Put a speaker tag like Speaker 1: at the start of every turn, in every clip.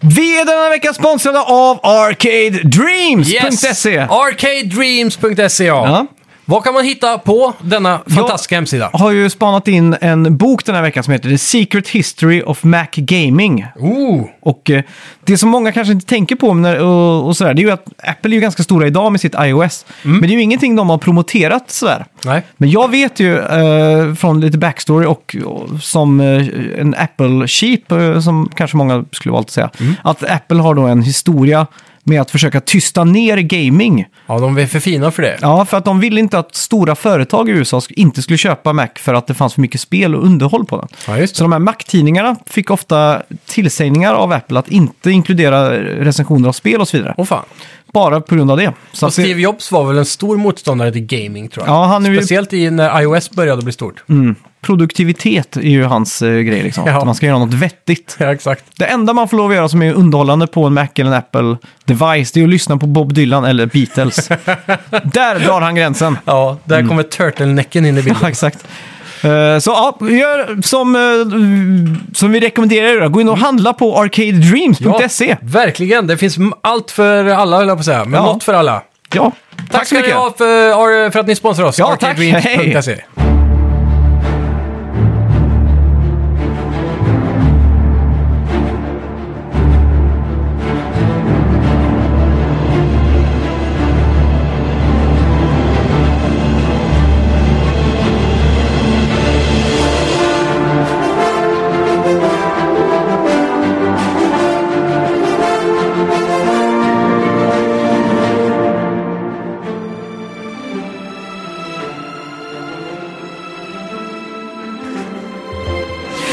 Speaker 1: Vi är denna vecka sponsrade av ArcadeDreams.se.
Speaker 2: Arcadedreams.se E, ja.
Speaker 1: E. Ja.
Speaker 2: Vad kan man hitta på denna fantastiska hemsida?
Speaker 1: Jag har ju spanat in en bok den här veckan som heter The Secret History of Mac Gaming.
Speaker 2: Oh.
Speaker 1: Och eh, det som många kanske inte tänker på när, och, och sådär, det är ju att Apple är ju ganska stora idag med sitt iOS. Men det är ju ingenting de har promoterat sådär.
Speaker 2: Nej.
Speaker 1: Men jag vet ju eh, från lite backstory och, och som eh, en Apple-sheep, eh, som kanske många skulle valt att säga, att Apple har då en historia med att försöka tysta ner gaming.
Speaker 2: Ja, de är för fina för det.
Speaker 1: Ja, för att de ville inte att stora företag i USA sk- inte skulle köpa Mac för att det fanns för mycket spel och underhåll på den.
Speaker 2: Ja, just det.
Speaker 1: Så de här Mac-tidningarna fick ofta tillsägningar av Apple att inte inkludera recensioner av spel och så vidare.
Speaker 2: Åh fan.
Speaker 1: Bara på grund av det. Så
Speaker 2: Och
Speaker 1: att det-
Speaker 2: Steve Jobs var väl en stor motståndare till gaming tror jag.
Speaker 1: Ja, han är ju- Mm.
Speaker 2: Speciellt i när iOS började bli stort.
Speaker 1: Produktivitet är ju hans eh, grej, liksom.
Speaker 2: Ja.
Speaker 1: Att man ska göra något vettigt.
Speaker 2: Ja, exakt.
Speaker 1: Det enda man får lov att göra som är underhållande på en Mac eller en Apple-device, det är att lyssna på Bob Dylan eller Beatles. Där drar han gränsen.
Speaker 2: Ja, där kommer turtlenecken in i bilden.
Speaker 1: Ja, exakt. Eh, Så ja, gör som, eh, som vi rekommenderar er. då. Gå in och handla på arcadedreams.se.
Speaker 2: Ja, verkligen. Det finns m- allt för alla, höll jag på att säga. Men
Speaker 1: E. Ja.
Speaker 2: något för alla.
Speaker 1: Ja, tack,
Speaker 2: Tack
Speaker 1: så
Speaker 2: ska ni
Speaker 1: mycket.
Speaker 2: ha för, för att ni sponsrar oss.
Speaker 1: Ja, tack.
Speaker 2: arcadedreams.se.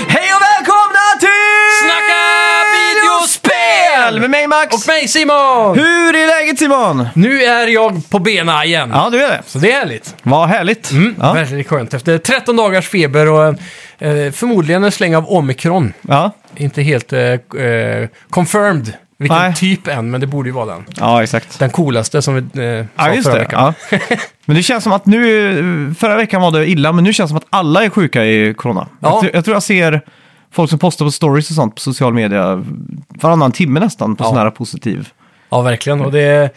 Speaker 1: Hej och välkomna till
Speaker 2: Snacka videospel!
Speaker 1: Med mig Max!
Speaker 2: Och mig Simon!
Speaker 1: Hur är läget Simon?
Speaker 2: Nu är jag på bena igen.
Speaker 1: Ja, du är det.
Speaker 2: Så det är härligt.
Speaker 1: Vad härligt.
Speaker 2: Mm,
Speaker 1: ja.
Speaker 2: Väldigt skönt. Efter 13 dagars feber och eh, förmodligen en släng av omikron.
Speaker 1: Ja.
Speaker 2: Inte helt eh, eh, confirmed vilken
Speaker 1: Nej.
Speaker 2: typ än, men det borde ju vara den.
Speaker 1: ja, exakt.
Speaker 2: Den coolaste som vi eh, sa
Speaker 1: Ja, just
Speaker 2: förra
Speaker 1: det.
Speaker 2: veckan.
Speaker 1: Ja. Men det känns som att nu, förra veckan var det illa, men nu känns det som att alla är sjuka i corona.
Speaker 2: Ja.
Speaker 1: Jag, tror- jag tror jag ser folk som postar på stories och sånt på social media varannan timme nästan på
Speaker 2: Ja.
Speaker 1: sån här positiv.
Speaker 2: Ja, verkligen. Och det,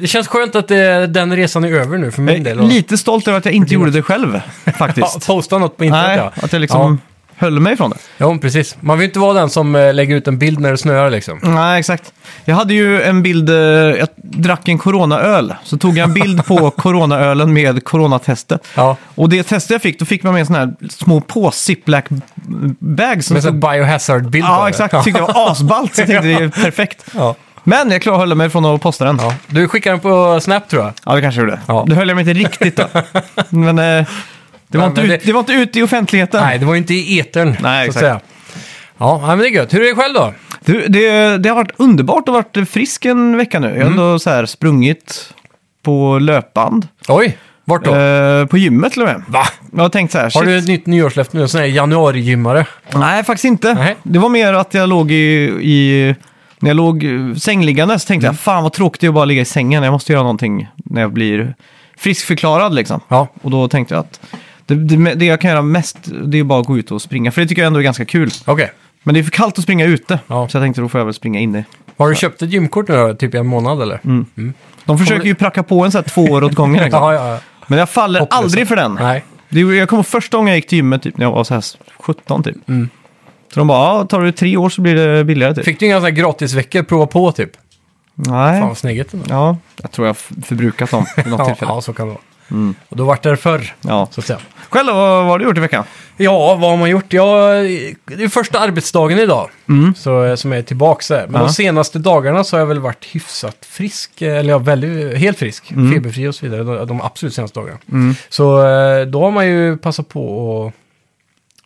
Speaker 2: det känns skönt att det, den resan är över nu för
Speaker 1: Jag är
Speaker 2: min del. Och,
Speaker 1: Eh, lite stolt över att jag inte gjorde det själv
Speaker 2: ja,
Speaker 1: faktiskt.
Speaker 2: posta något på internet,
Speaker 1: Nej,
Speaker 2: ja.
Speaker 1: att jag liksom höll mig från det.
Speaker 2: Ja, jo, precis. Man vill inte vara den som eh, lägger ut en bild när det snöar liksom.
Speaker 1: Nej, exakt. Jag hade ju en bild, eh, jag drack en coronaöl. Så tog jag en bild på coronaölen med coronatestet.
Speaker 2: Ja,
Speaker 1: Och det testet jag fick, då fick man med sådana här små på ziplock bags som
Speaker 2: med en
Speaker 1: stod
Speaker 2: biohazard-bild på
Speaker 1: Ja,
Speaker 2: det. Ja.
Speaker 1: exakt. Tyckte jag var asballt, så jag tänkte det är perfekt.
Speaker 2: Ja.
Speaker 1: Men jag klarade höll mig från att posta den. Ja,
Speaker 2: Ja. Du skickar den på Snap tror jag.
Speaker 1: det kanske jag gjorde.
Speaker 2: Ja.
Speaker 1: Det höll jag mig inte riktigt då. Men eh, det, var
Speaker 2: Ja,
Speaker 1: inte
Speaker 2: men
Speaker 1: ut,
Speaker 2: det-
Speaker 1: det var inte ute i offentligheten.
Speaker 2: Nej, det var ju inte i etern.
Speaker 1: Nej,
Speaker 2: så
Speaker 1: exakt.
Speaker 2: att säga. Ja, ja, men det är gött. Hur är det själv då?
Speaker 1: Du, det, det har varit underbart att ha varit frisk en vecka nu. Jag har
Speaker 2: Mm.
Speaker 1: ändå så här sprungit på löpband.
Speaker 2: Oj, vart då?
Speaker 1: Eh, på gymmet till och med.
Speaker 2: Va?
Speaker 1: Jag har tänkt så här, shit.
Speaker 2: Har du ett nytt nyårslöfte nu? En sån här januari-gymmare?
Speaker 1: Nej, faktiskt inte.
Speaker 2: Nej.
Speaker 1: Det var mer att jag låg i... i när jag låg eh, sängliggandes tänkte
Speaker 2: Mm.
Speaker 1: jag, fan vad tråkigt det är att bara ligga i sängen. Jag måste göra någonting när jag blir friskförklarad liksom.
Speaker 2: Ja.
Speaker 1: Och då tänkte jag att det, det, det jag kan göra mest, det är bara att gå ut och springa. För det tycker jag ändå är ganska kul.
Speaker 2: Okej.
Speaker 1: Men det är för kallt att springa ute.
Speaker 2: Ja.
Speaker 1: Så jag tänkte, då får jag väl springa inne.
Speaker 2: Har du köpt ett gymkort nu då? Typ i en månad eller? Mm.
Speaker 1: De försöker ju pracka på en så här två år åt gången. Liksom.
Speaker 2: Ja, ja, ja.
Speaker 1: Men jag faller
Speaker 2: Hopplösa.
Speaker 1: aldrig för den.
Speaker 2: Nej.
Speaker 1: Det, jag kommer ihåg första gången jag gick till gymmet typ, när jag var så här 17 typ.
Speaker 2: Mm.
Speaker 1: Så de bara, ja, tar du tre år så blir det billigare typ.
Speaker 2: Fick du inga sådana här gratisveckor? Prova på typ?
Speaker 1: Nej.
Speaker 2: Fan vad snyggt ändå.
Speaker 1: Ja, jag tror jag har förbrukat dem vid något
Speaker 2: Ja,
Speaker 1: tillfälle. Mm.
Speaker 2: ja, så kan det vara. Och då vart det förr,
Speaker 1: Ja.
Speaker 2: så att säga.
Speaker 1: Själv då, vad vad har du gjort i veckan?
Speaker 2: Ja, vad har man gjort? Jag, det är första arbetsdagen idag så, eh, som jag är tillbaka. Så här. Men
Speaker 1: Mm. Ja.
Speaker 2: de senaste dagarna så har jag väl varit hyfsat frisk, eh, eller ja, väldigt, helt frisk,
Speaker 1: Mm.
Speaker 2: feberfri och så vidare, de, de absolut senaste dagarna. Så eh, då har man ju passat på och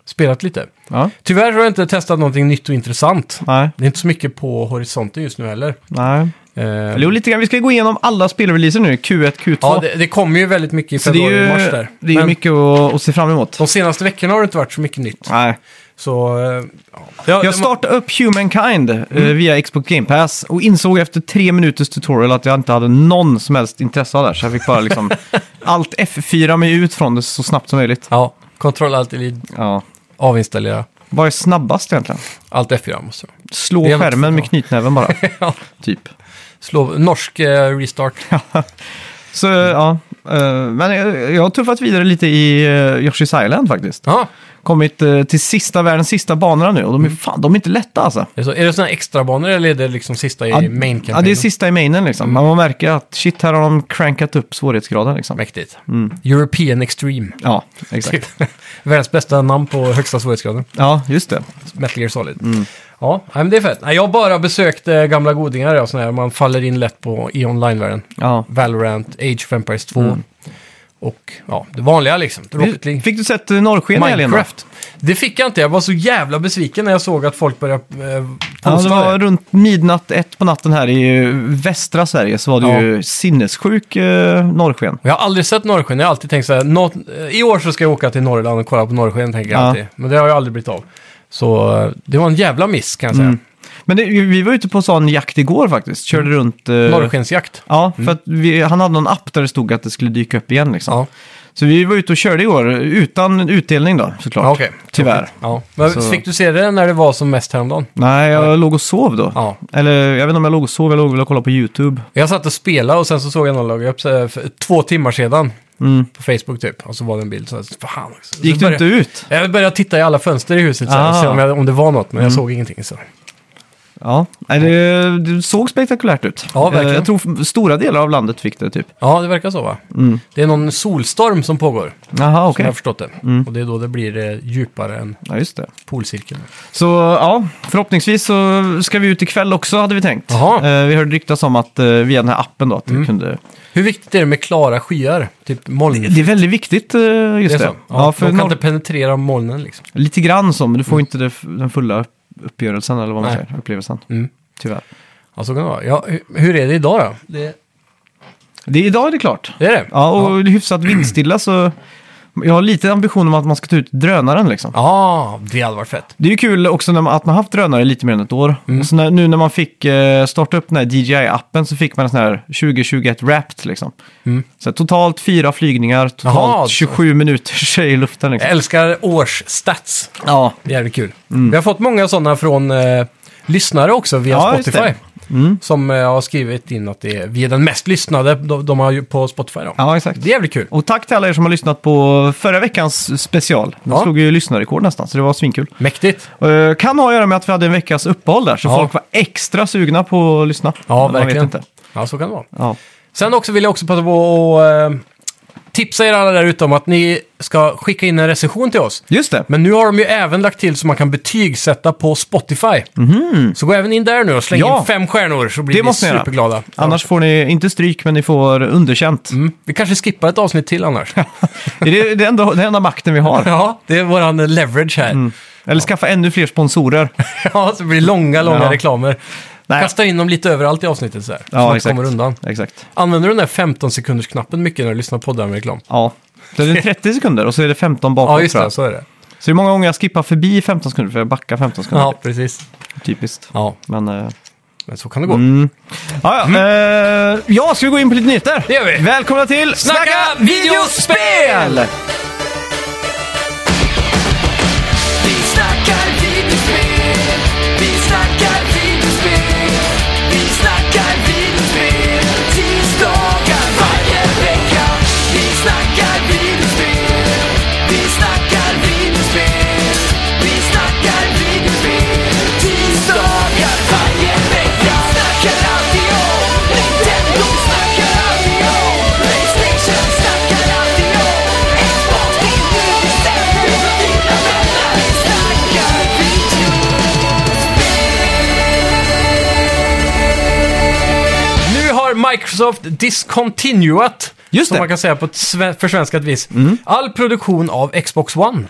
Speaker 2: spelat lite.
Speaker 1: Ja,
Speaker 2: Tyvärr har jag inte testat någonting nytt och intressant.
Speaker 1: nej,
Speaker 2: Det är inte så mycket på horisonten just nu heller.
Speaker 1: nej.
Speaker 2: Eh,
Speaker 1: Eller jo, lite grann. Vi ska gå igenom alla spelreleaser nu, Q1, Q2.
Speaker 2: ja, det, det kommer ju väldigt mycket i
Speaker 1: Så det är
Speaker 2: februari och mars
Speaker 1: ju
Speaker 2: där.
Speaker 1: det är ju
Speaker 2: Men
Speaker 1: mycket att, att se fram emot.
Speaker 2: de senaste veckorna har det inte varit så mycket nytt.
Speaker 1: Nej.
Speaker 2: Så, eh, ja. Ja,
Speaker 1: Jag
Speaker 2: det- Mm.
Speaker 1: startade upp Humankind eh, via Xbox Game Pass och insåg efter tre minuters tutorial att jag inte hade någon som helst intresse av det här. Så jag fick bara liksom allt F4 mig ut från det så snabbt som möjligt.
Speaker 2: Ja, kontroll allt elit,
Speaker 1: Ja.
Speaker 2: avinstallera
Speaker 1: Vad är snabbast egentligen?
Speaker 2: allt F4 måste jag.
Speaker 1: Slå
Speaker 2: Det är faktiskt
Speaker 1: skärmen med
Speaker 2: bra.
Speaker 1: knytnäven bara.
Speaker 2: Ja.
Speaker 1: Typ.
Speaker 2: Slå, norsk eh, restart.
Speaker 1: Så ja, eh, men jag, jag har tuffat vidare lite i eh, Yoshi's Island faktiskt.
Speaker 2: Ja.
Speaker 1: Kommit eh, till sista världens sista banorna nu och
Speaker 2: Mm.
Speaker 1: de är, fan, de är inte lätta alltså.
Speaker 2: Är det, så- är det sådana extra banor eller är det liksom sista i
Speaker 1: Ja,
Speaker 2: main
Speaker 1: Ja, det är sista i mainen liksom.
Speaker 2: Mm.
Speaker 1: Man märker att shit, här har de crankat upp svårighetsgraden liksom.
Speaker 2: Mäktigt. European Extreme.
Speaker 1: Ja,
Speaker 2: Typ.
Speaker 1: exakt.
Speaker 2: Världens bästa namn på högsta svårighetsgraden.
Speaker 1: Ja, just det.
Speaker 2: Metal Gear Solid.
Speaker 1: Mm.
Speaker 2: Ja, nej, men det är fett. Nej, Jag har bara besökt eh, gamla godingar och sådär. Man faller in lätt på i online-världen.
Speaker 1: Ja.
Speaker 2: Valorant, Age of Empires 2
Speaker 1: Mm.
Speaker 2: och ja, det vanliga liksom. Rocket League.
Speaker 1: Fick du sett eh, norrsken i helgen då?
Speaker 2: Minecraft. Det fick jag inte. Jag var så jävla besviken när jag såg att folk började eh, posta
Speaker 1: Ja, det var
Speaker 2: det.
Speaker 1: runt midnatt, ett på natten här i eh, västra Sverige så var det
Speaker 2: Ja.
Speaker 1: ju sinnessjuk eh, norrsken.
Speaker 2: Och Jag har aldrig sett norrsken. Jag har alltid tänkt så här, något, eh, i år så ska jag åka till Norrland och kolla på norrsken, tänker jag
Speaker 1: Ja.
Speaker 2: alltid. Men det har jag aldrig blivit av. Så eh, det var en jävla miss, kan jag säga.
Speaker 1: Mm. Men det, vi var ute på sån jakt igår faktiskt, körde
Speaker 2: Mm.
Speaker 1: runt... eh,
Speaker 2: Norrskensjakt.
Speaker 1: Ja, för att vi, han hade någon app där det stod att det skulle dyka upp igen liksom.
Speaker 2: Mm. Ja,
Speaker 1: Så vi var ute och körde igår, utan utdelning då såklart.
Speaker 2: ja okej.
Speaker 1: Tyvärr.
Speaker 2: Ja. Men
Speaker 1: Så-
Speaker 2: fick du se det när det var som mest häromdagen?
Speaker 1: Nej, jag låg och sov då.
Speaker 2: Ja.
Speaker 1: Eller jag vet inte om jag låg och sov, jag låg väl och kollade på YouTube.
Speaker 2: Jag satt och spelade och sen så såg jag någon laga upp så här, för två timmar sedan
Speaker 1: Mm.
Speaker 2: på Facebook typ. Och så var det en bild så här, fan också. Så
Speaker 1: Gick du
Speaker 2: började-
Speaker 1: inte ut?
Speaker 2: Jag började titta i alla fönster i huset så här,
Speaker 1: Ah. Mm.
Speaker 2: och se om, jag, om det var något, men jag såg ingenting. Så.
Speaker 1: Ja, Nej, det, det såg spektakulärt ut.
Speaker 2: Ja, verkligen.
Speaker 1: Eh, Jag tror stora delar av landet fick det typ.
Speaker 2: Ja, det verkar så va? Det är någon solstorm som pågår,
Speaker 1: Jaha,
Speaker 2: som
Speaker 1: Mm. okej. Mm.
Speaker 2: jag har förstått det. Och det är då det blir eh, djupare än
Speaker 1: Ja, just det.
Speaker 2: polcirkeln.
Speaker 1: Så ja, förhoppningsvis så ska vi ut ikväll också hade vi tänkt.
Speaker 2: Jaha. Mm.
Speaker 1: Eh, Vi hörde ryktas om att eh, via den här appen då att vi kunde...
Speaker 2: Hur viktigt är det med klara skyar? Typ moln?
Speaker 1: Det är väldigt viktigt eh, just det.
Speaker 2: så? Ja,
Speaker 1: Ja, för
Speaker 2: de kan
Speaker 1: norr-
Speaker 2: inte penetrera molnen liksom.
Speaker 1: Lite grann som, men du får inte det, den fulla upp- uppgörelsen eller vad man
Speaker 2: Nej.
Speaker 1: säger, upplevelsen.
Speaker 2: Mm.
Speaker 1: Tyvärr.
Speaker 2: Ja, så kan det vara. Ja, hur, hur är det idag då? Det,
Speaker 1: Det, idag är det klart.
Speaker 2: det är det?
Speaker 1: Ja, och det är hyfsat vindstilla så jag har lite ambition om att man ska ta ut drönaren liksom.
Speaker 2: Ja, det hade varit fett.
Speaker 1: Det är ju kul också när man, att man haft drönare lite mer än ett år.
Speaker 2: Mm.
Speaker 1: Och så när, nu när man fick eh, starta upp den här DJI-appen så fick man en sån här 2021 wrapped liksom. Så här, totalt fyra flygningar, totalt
Speaker 2: Mm. Jaha, så.
Speaker 1: 27 minuter i luften liksom.
Speaker 2: Jag älskar årsstats.
Speaker 1: Ja,
Speaker 2: Det är jävligt kul.
Speaker 1: Mm.
Speaker 2: Vi har fått många sådana från eh, lyssnare också via
Speaker 1: Ja, just
Speaker 2: Spotify.
Speaker 1: det. Mm.
Speaker 2: Som eh, har skrivit in att det är, vi är den mest lyssnade de, de har ju på Spotify. Då.
Speaker 1: ja exakt.
Speaker 2: Det är jävligt kul.
Speaker 1: Och tack till alla er som har lyssnat på förra veckans special. Den
Speaker 2: Ja.
Speaker 1: slog ju lyssnarrekord nästan, så det var svinkul.
Speaker 2: Mäktigt.
Speaker 1: Eh, kan ha att göra med att vi hade en veckas uppehåll där, så
Speaker 2: Ja.
Speaker 1: folk var extra sugna på att lyssna.
Speaker 2: Ja,
Speaker 1: Man
Speaker 2: verkligen.
Speaker 1: Vet inte.
Speaker 2: Ja, så kan det vara.
Speaker 1: Ja.
Speaker 2: Sen också vill jag också passa på att eh, tipsa er alla där ute om att ni ska skicka in en recension till oss.
Speaker 1: Just det.
Speaker 2: Men nu har de ju även lagt till så man kan betygsätta på Spotify. Så gå även in där nu och släng
Speaker 1: Mhm. Ja.
Speaker 2: in fem stjärnor så blir
Speaker 1: Det
Speaker 2: vi
Speaker 1: måste ni göra.
Speaker 2: superglada. Ja.
Speaker 1: Annars får ni inte stryk, men ni får underkänt.
Speaker 2: Mm. Vi kanske skippar ett avsnitt till annars.
Speaker 1: Det är det, det, enda, det enda makten vi har.
Speaker 2: ja, det är våran eh, leverage här.
Speaker 1: Mm. Eller skaffa ännu fler sponsorer.
Speaker 2: Ja, så det blir långa, långa
Speaker 1: Ja.
Speaker 2: reklamer.
Speaker 1: Nej.
Speaker 2: Kasta in dem lite överallt i avsnittet så här.
Speaker 1: Ja,
Speaker 2: så man
Speaker 1: exakt.
Speaker 2: kommer undan.
Speaker 1: Exakt.
Speaker 2: Använder du den där 15 sekunders knappen mycket när du lyssnar på den reklam?
Speaker 1: Ja. Så det är 30 sekunder och så är det 15 bakåt.
Speaker 2: Ja, just
Speaker 1: tror
Speaker 2: det.
Speaker 1: jag.
Speaker 2: Så är det.
Speaker 1: Så det är många gånger jag skippar förbi 15 sekunder för jag backar 15 sekunder.
Speaker 2: Ja, precis.
Speaker 1: Typiskt.
Speaker 2: Ja,
Speaker 1: Men, eh,
Speaker 2: men så kan det gå.
Speaker 1: Mm. ja, ja. Eh, ja, ska vi gå in på lite nyheter?
Speaker 2: Mm. Det gör vi.
Speaker 1: Välkomna till
Speaker 2: Snacka videospel!
Speaker 3: Vi snackar videospel, vi snackar videospel, vi snackar videospel, tisdagar varje vecka. Vi snackar videospel, vi snackar videospel, vi snackar videospel, tisdagar varje vecka. Snackar alltid om Nintendo, snackar alltid om Playstation, snackar alltid om Xbox, det är nu vi sänder för dina vänner. Vi snackar video.
Speaker 2: Nu har Microsoft discontinuat,
Speaker 1: Just
Speaker 2: som
Speaker 1: det. Mm.
Speaker 2: man kan säga på ett sve- försvenskat vis, all produktion av Xbox One.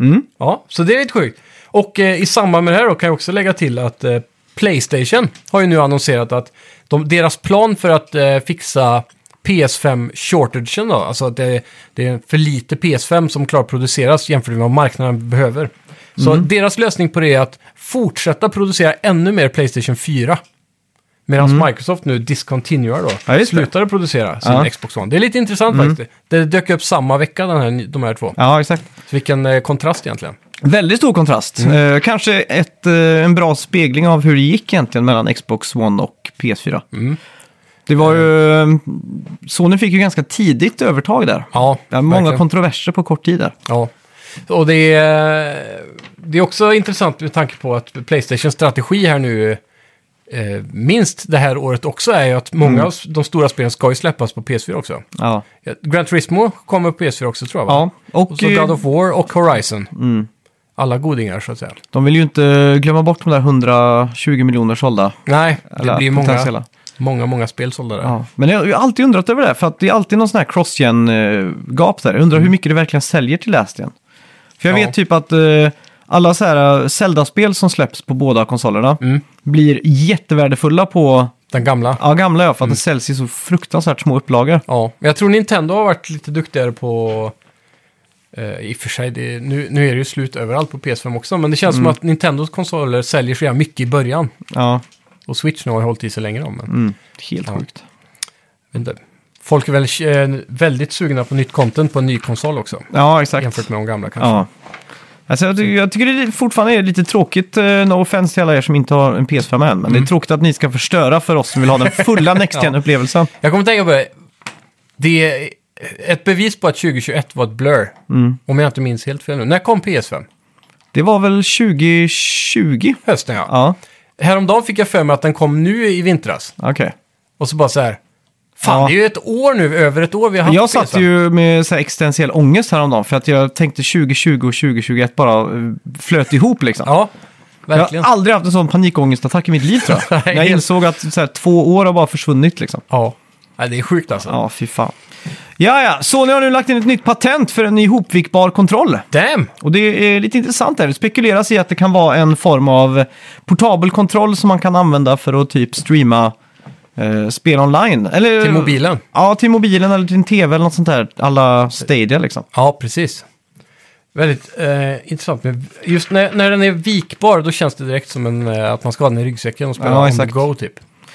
Speaker 1: Mm.
Speaker 2: Ja, så det är lite sjukt. Och eh, i samband med det här då kan jag också lägga till att eh, Playstation har ju nu annonserat att de, deras plan för att eh, fixa PS5-shortagen då, alltså att det, det är för lite PS5 som klart produceras jämfört med vad marknaden behöver. Så
Speaker 1: Mm.
Speaker 2: deras lösning på det är att fortsätta producera ännu mer Playstation 4. Medan Microsoft nu discontinuar då,
Speaker 1: Mm. Ja, just det.
Speaker 2: slutar att producera sin
Speaker 1: Ja. Mm.
Speaker 2: Xbox One. Det är lite intressant faktiskt. Det dök upp samma vecka den här, de här två.
Speaker 1: Ja, exakt.
Speaker 2: Så vilken eh, kontrast egentligen.
Speaker 1: Väldigt stor kontrast.
Speaker 2: Mm.
Speaker 1: Eh, kanske ett, eh, en bra spegling av hur det gick egentligen mellan Xbox One och PS4.
Speaker 2: Mm.
Speaker 1: Det var ju... eh, Sony fick ju ganska tidigt övertag där.
Speaker 2: Ja,
Speaker 1: Det är många
Speaker 2: verkligen.
Speaker 1: kontroverser på kort tid där.
Speaker 2: Ja. Och det är, det är också intressant med tanke på att Playstations strategi här nu, eh, minst det här året också, är ju att många
Speaker 1: Mm.
Speaker 2: av de stora spelen ska ju släppas på PS4 också.
Speaker 1: Ja,
Speaker 2: Gran Turismo kommer på PS4 också tror jag. va?
Speaker 1: ja. Mm. och,
Speaker 2: Och så
Speaker 1: eh,
Speaker 2: God of War och Horizon. Alla godingar så att säga.
Speaker 1: de vill ju inte glömma bort de där 120 miljoner sålda.
Speaker 2: Nej, det
Speaker 1: Eller
Speaker 2: blir många,
Speaker 1: potentiella.
Speaker 2: många, många spel sålda där.
Speaker 1: Ja. Men jag har ju alltid undrat över det, här, för att det är alltid någon sån här cross-gen-gap där. Jag undrar hur mycket det verkligen säljer till last gen. För jag
Speaker 2: Mm. Ja.
Speaker 1: vet typ att eh, alla så här eh, Zelda-spel som släpps på båda konsolerna
Speaker 2: Mm.
Speaker 1: blir jättevärdefulla på
Speaker 2: Den gamla.
Speaker 1: ja, gamla ja, för att det
Speaker 2: Mm.
Speaker 1: säljs i så fruktansvärt små upplagor.
Speaker 2: Ja, men jag tror Nintendo har varit lite duktigare på... Eh, I och för sig, det, nu, nu är det ju slut överallt på PS5 också, men det känns
Speaker 1: Mm.
Speaker 2: som att Nintendos konsoler säljer så jävla mycket i början.
Speaker 1: Ja,
Speaker 2: Och Switch nu har ju hållit i sig längre om, men
Speaker 1: Mm. helt
Speaker 2: Ja.
Speaker 1: sjukt.
Speaker 2: jag vet inte. Folk är väl eh, väldigt sugna på nytt content på en ny konsol också.
Speaker 1: Ja, exakt.
Speaker 2: Jämfört med de gamla kanske.
Speaker 1: Ja. Alltså, jag, ty- jag tycker det är fortfarande är lite tråkigt, eh, no offense till alla er som inte har en PS5 än, men
Speaker 2: Mm.
Speaker 1: det är tråkigt att ni ska förstöra för oss som vill ha den fulla next gen upplevelsen
Speaker 2: Jag kommer att tänka på det. Det är eh, ett bevis på att 2021 var ett blur.
Speaker 1: Mm.
Speaker 2: Om jag inte minns helt fel nu. När kom PS5?
Speaker 1: Det var väl 2020?
Speaker 2: Hösten ja.
Speaker 1: Ja,
Speaker 2: Häromdagen fick jag för mig att den kom nu i vintras.
Speaker 1: okej.
Speaker 2: Och så bara så här. Fan,
Speaker 1: Ja.
Speaker 2: det är ju ett år nu, över ett år vi har haft
Speaker 1: Jag satt
Speaker 2: PS5.
Speaker 1: ju med så här existentiell ångest häromdagen för att jag tänkte 2020 och 2021 bara eh, flöt ihop liksom.
Speaker 2: Ja,
Speaker 1: jag
Speaker 2: verkligen.
Speaker 1: har aldrig haft en sån panikångestattack i mitt liv tror jag.
Speaker 2: Nej.
Speaker 1: När jag insåg att så här, två år har bara försvunnit liksom.
Speaker 2: Ja. Nej, det är sjukt alltså.
Speaker 1: Ja, fy fan. Ja, ja. Sony har nu lagt in ett nytt patent för en ihopvikbar kontroll.
Speaker 2: Damn!
Speaker 1: Och det är lite intressant här. Det spekuleras i att det kan vara en form av portabel kontroll som man kan använda för att typ streama eh, spel online. Eller,
Speaker 2: Till mobilen.
Speaker 1: Ja, till mobilen eller till en tv eller något sånt där. Alla Stadia liksom.
Speaker 2: Ja, precis. Väldigt eh, intressant. Men just när, när den är vikbar, då känns det direkt som en, eh, att man ska ha den i ryggsäcken och spela
Speaker 1: Ja,
Speaker 2: on
Speaker 1: exakt.
Speaker 2: the go typ.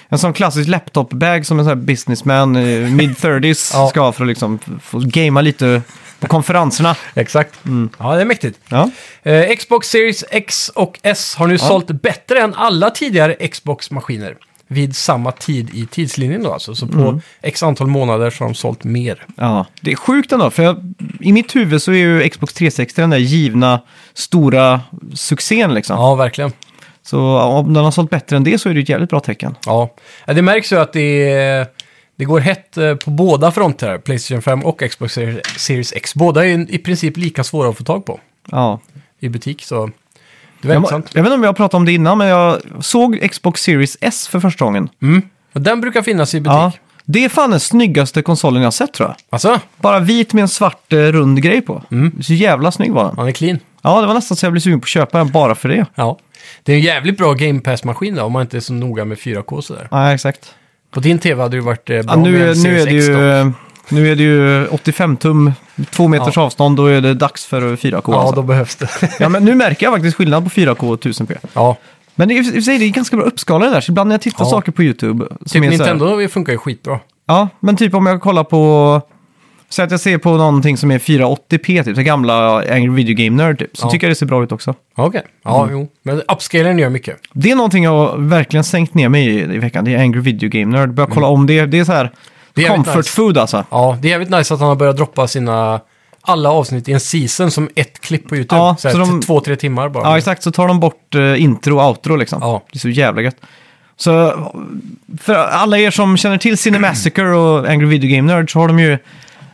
Speaker 1: En sån klassisk laptop-bag som en sån här businessman eh, mid-30s
Speaker 2: Ja.
Speaker 1: ska ha för att liksom få gamea lite på konferenserna.
Speaker 2: Exakt.
Speaker 1: Mm.
Speaker 2: Ja, det är mäktigt.
Speaker 1: Ja,
Speaker 2: Eh, Xbox Series X och S har nu sålt bättre än alla tidigare Xbox-maskiner. Vid samma tid i tidslinjen då alltså. Så på x antal månader så har de sålt mer.
Speaker 1: Mm. ja. Det är sjukt ändå, för jag, i mitt huvud så är ju Xbox 360 den där givna stora succén liksom.
Speaker 2: Ja, verkligen.
Speaker 1: Så om den har sålt bättre än det så är det ju ett jävligt bra tecken.
Speaker 2: Ja, Ja, det märks ju att det, är- det går hett eh, på båda fronter. här, Playstation 5 och Xbox Series- Series X. Båda är ju i princip lika svåra att få tag på
Speaker 1: Ja.
Speaker 2: i butik. Så det är
Speaker 1: Jag,
Speaker 2: väldigt
Speaker 1: jag
Speaker 2: sant.
Speaker 1: vet inte om jag har pratat om det innan, men jag såg Xbox Series S för första gången.
Speaker 2: Mm. Och den brukar finnas i butik.
Speaker 1: Ja. Det är fan den snyggaste konsolen jag har sett tror jag.
Speaker 2: Alltså,
Speaker 1: Bara vit med en svart eh, rund grej på.
Speaker 2: Mm.
Speaker 1: Så jävla snygg var den.
Speaker 2: man är clean.
Speaker 1: Ja, det var nästan så jag blev sugen på att köpa den bara för det.
Speaker 2: Ja. Det är en jävligt bra Game Pass-maskin då, om man inte är så noga med 4K sådär.
Speaker 1: Ja, exakt.
Speaker 2: På din TV hade det ju varit eh, bra
Speaker 1: Ja, nu, är,
Speaker 2: med en
Speaker 1: nu,
Speaker 2: Series
Speaker 1: är det
Speaker 2: X
Speaker 1: ju,
Speaker 2: då.
Speaker 1: eh, nu är det ju 85 tum, två meters
Speaker 2: Ja.
Speaker 1: avstånd, då är det dags för 4K.
Speaker 2: Ja,
Speaker 1: alltså.
Speaker 2: då behövs det.
Speaker 1: ja, men nu märker jag faktiskt skillnad på 4K och 1000p.
Speaker 2: ja.
Speaker 1: Men det är, i och för sig, det är ganska bra uppskalade där, så ibland när jag tittar
Speaker 2: Ja.
Speaker 1: saker på YouTube... Som
Speaker 2: Typ
Speaker 1: är så här-
Speaker 2: Nintendo funkar ju skitbra.
Speaker 1: Ja, men typ om jag kollar på... Säg att jag ser på någonting som är 480p, typ, det gamla Angry Video Game Nerd, typ, så
Speaker 2: Ja.
Speaker 1: tycker jag det ser bra ut också.
Speaker 2: Ja, Okej, ja,
Speaker 1: Mm.
Speaker 2: jo. Men upscalern gör mycket.
Speaker 1: Det är någonting jag har verkligen sänkt ner mig i, i veckan, det är Angry Video Game Nerd. Börja kolla om det, det är så här
Speaker 2: Mm. Det är jävligt
Speaker 1: comfort
Speaker 2: nice.
Speaker 1: food alltså.
Speaker 2: Ja, det är jävligt nice att han har börjat droppa sina alla avsnitt i en season som ett klipp på YouTube.
Speaker 1: Ja,
Speaker 2: så här,
Speaker 1: så de-
Speaker 2: till två, tre timmar bara.
Speaker 1: Ja, exakt. Så tar de bort eh, intro och outro liksom.
Speaker 2: Ja.
Speaker 1: Det är så jävla gött. Så för alla er som känner till Cinemassacre och Angry Video Game Nerd så har de ju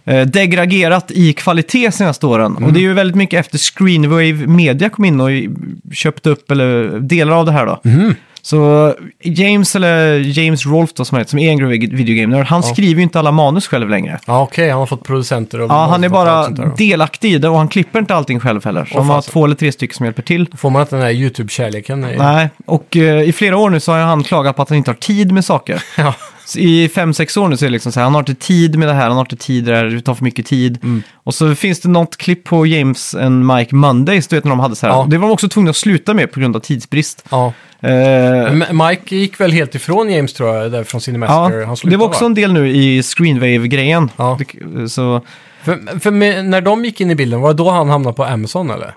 Speaker 1: eh, degraderat i kvalitet senaste åren. Och det är
Speaker 2: Mm.
Speaker 1: ju väldigt mycket efter Screenwave Media kom in och i- köpte upp eller delar av det här då.
Speaker 2: Mm.
Speaker 1: Så James, eller James Rolfe då, som, heter, som är Angry Video Game Nerd, han skriver ju inte alla manus själv längre.
Speaker 2: Ja, okej, han har fått producenter och...
Speaker 1: Ja, han är bara
Speaker 2: allt sånt där då.
Speaker 1: delaktig i det och han klipper inte allting själv heller. Så
Speaker 2: Åh,
Speaker 1: de har
Speaker 2: fasen.
Speaker 1: två eller tre stycken som hjälper till.
Speaker 2: Får man inte den här YouTube-kärleken? Nej.
Speaker 1: Nej, och eh, i flera år nu så har han klagat på att han inte har tid med saker.
Speaker 2: Ja,
Speaker 1: Så I fem, sex år nu så är det liksom så här, han har inte tid med det här, han har inte tid där, det tar för mycket tid.
Speaker 2: Mm.
Speaker 1: Och så finns det något klipp på James and Mike Mondays, du vet när de hade så här,
Speaker 2: Ja.
Speaker 1: det var de också tvungna att sluta med på grund av tidsbrist.
Speaker 2: ja.
Speaker 1: Eh,
Speaker 2: M- Mike gick väl helt ifrån James tror jag, där från
Speaker 1: ja,
Speaker 2: Cinemaster. han
Speaker 1: det
Speaker 2: slutade,
Speaker 1: var också
Speaker 2: va?
Speaker 1: en del nu i Screenwave-grejen.
Speaker 2: Ja.
Speaker 1: Det- Så,
Speaker 2: För, för med, när de gick in i bilden, var det då han hamnade på Amazon eller?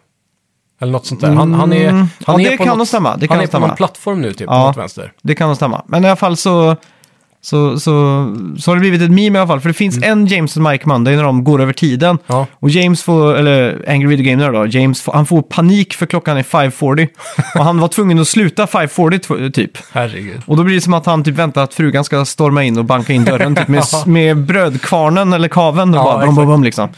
Speaker 2: Eller något sånt där. Han, han är, han
Speaker 1: Mm, Ja,
Speaker 2: är
Speaker 1: det
Speaker 2: på
Speaker 1: kan
Speaker 2: något,
Speaker 1: nog stämma. Det kan
Speaker 2: han är
Speaker 1: nog
Speaker 2: på någon
Speaker 1: stämma.
Speaker 2: plattform nu
Speaker 1: Ja.
Speaker 2: typ, ja. åt vänster.
Speaker 1: Det kan nog stämma. Men i alla fall så, så, så, så har det blivit ett meme i alla fall. För det finns en James och Mike Monday när de går över tiden.
Speaker 2: Mm. Ja.
Speaker 1: Och James får, eller Angry Video Game Nerd då, James får, han får panik för klockan är 5.40. och han var tvungen att sluta 5.40 tw- typ.
Speaker 2: Herregud.
Speaker 1: Och då blir det som att han typ väntar att frugan ska storma in och banka in dörren typ med, med brödkvarnen eller kaven och
Speaker 2: Ja,
Speaker 1: bara bom, bom,
Speaker 2: exakt. Mm.
Speaker 1: bom, liksom.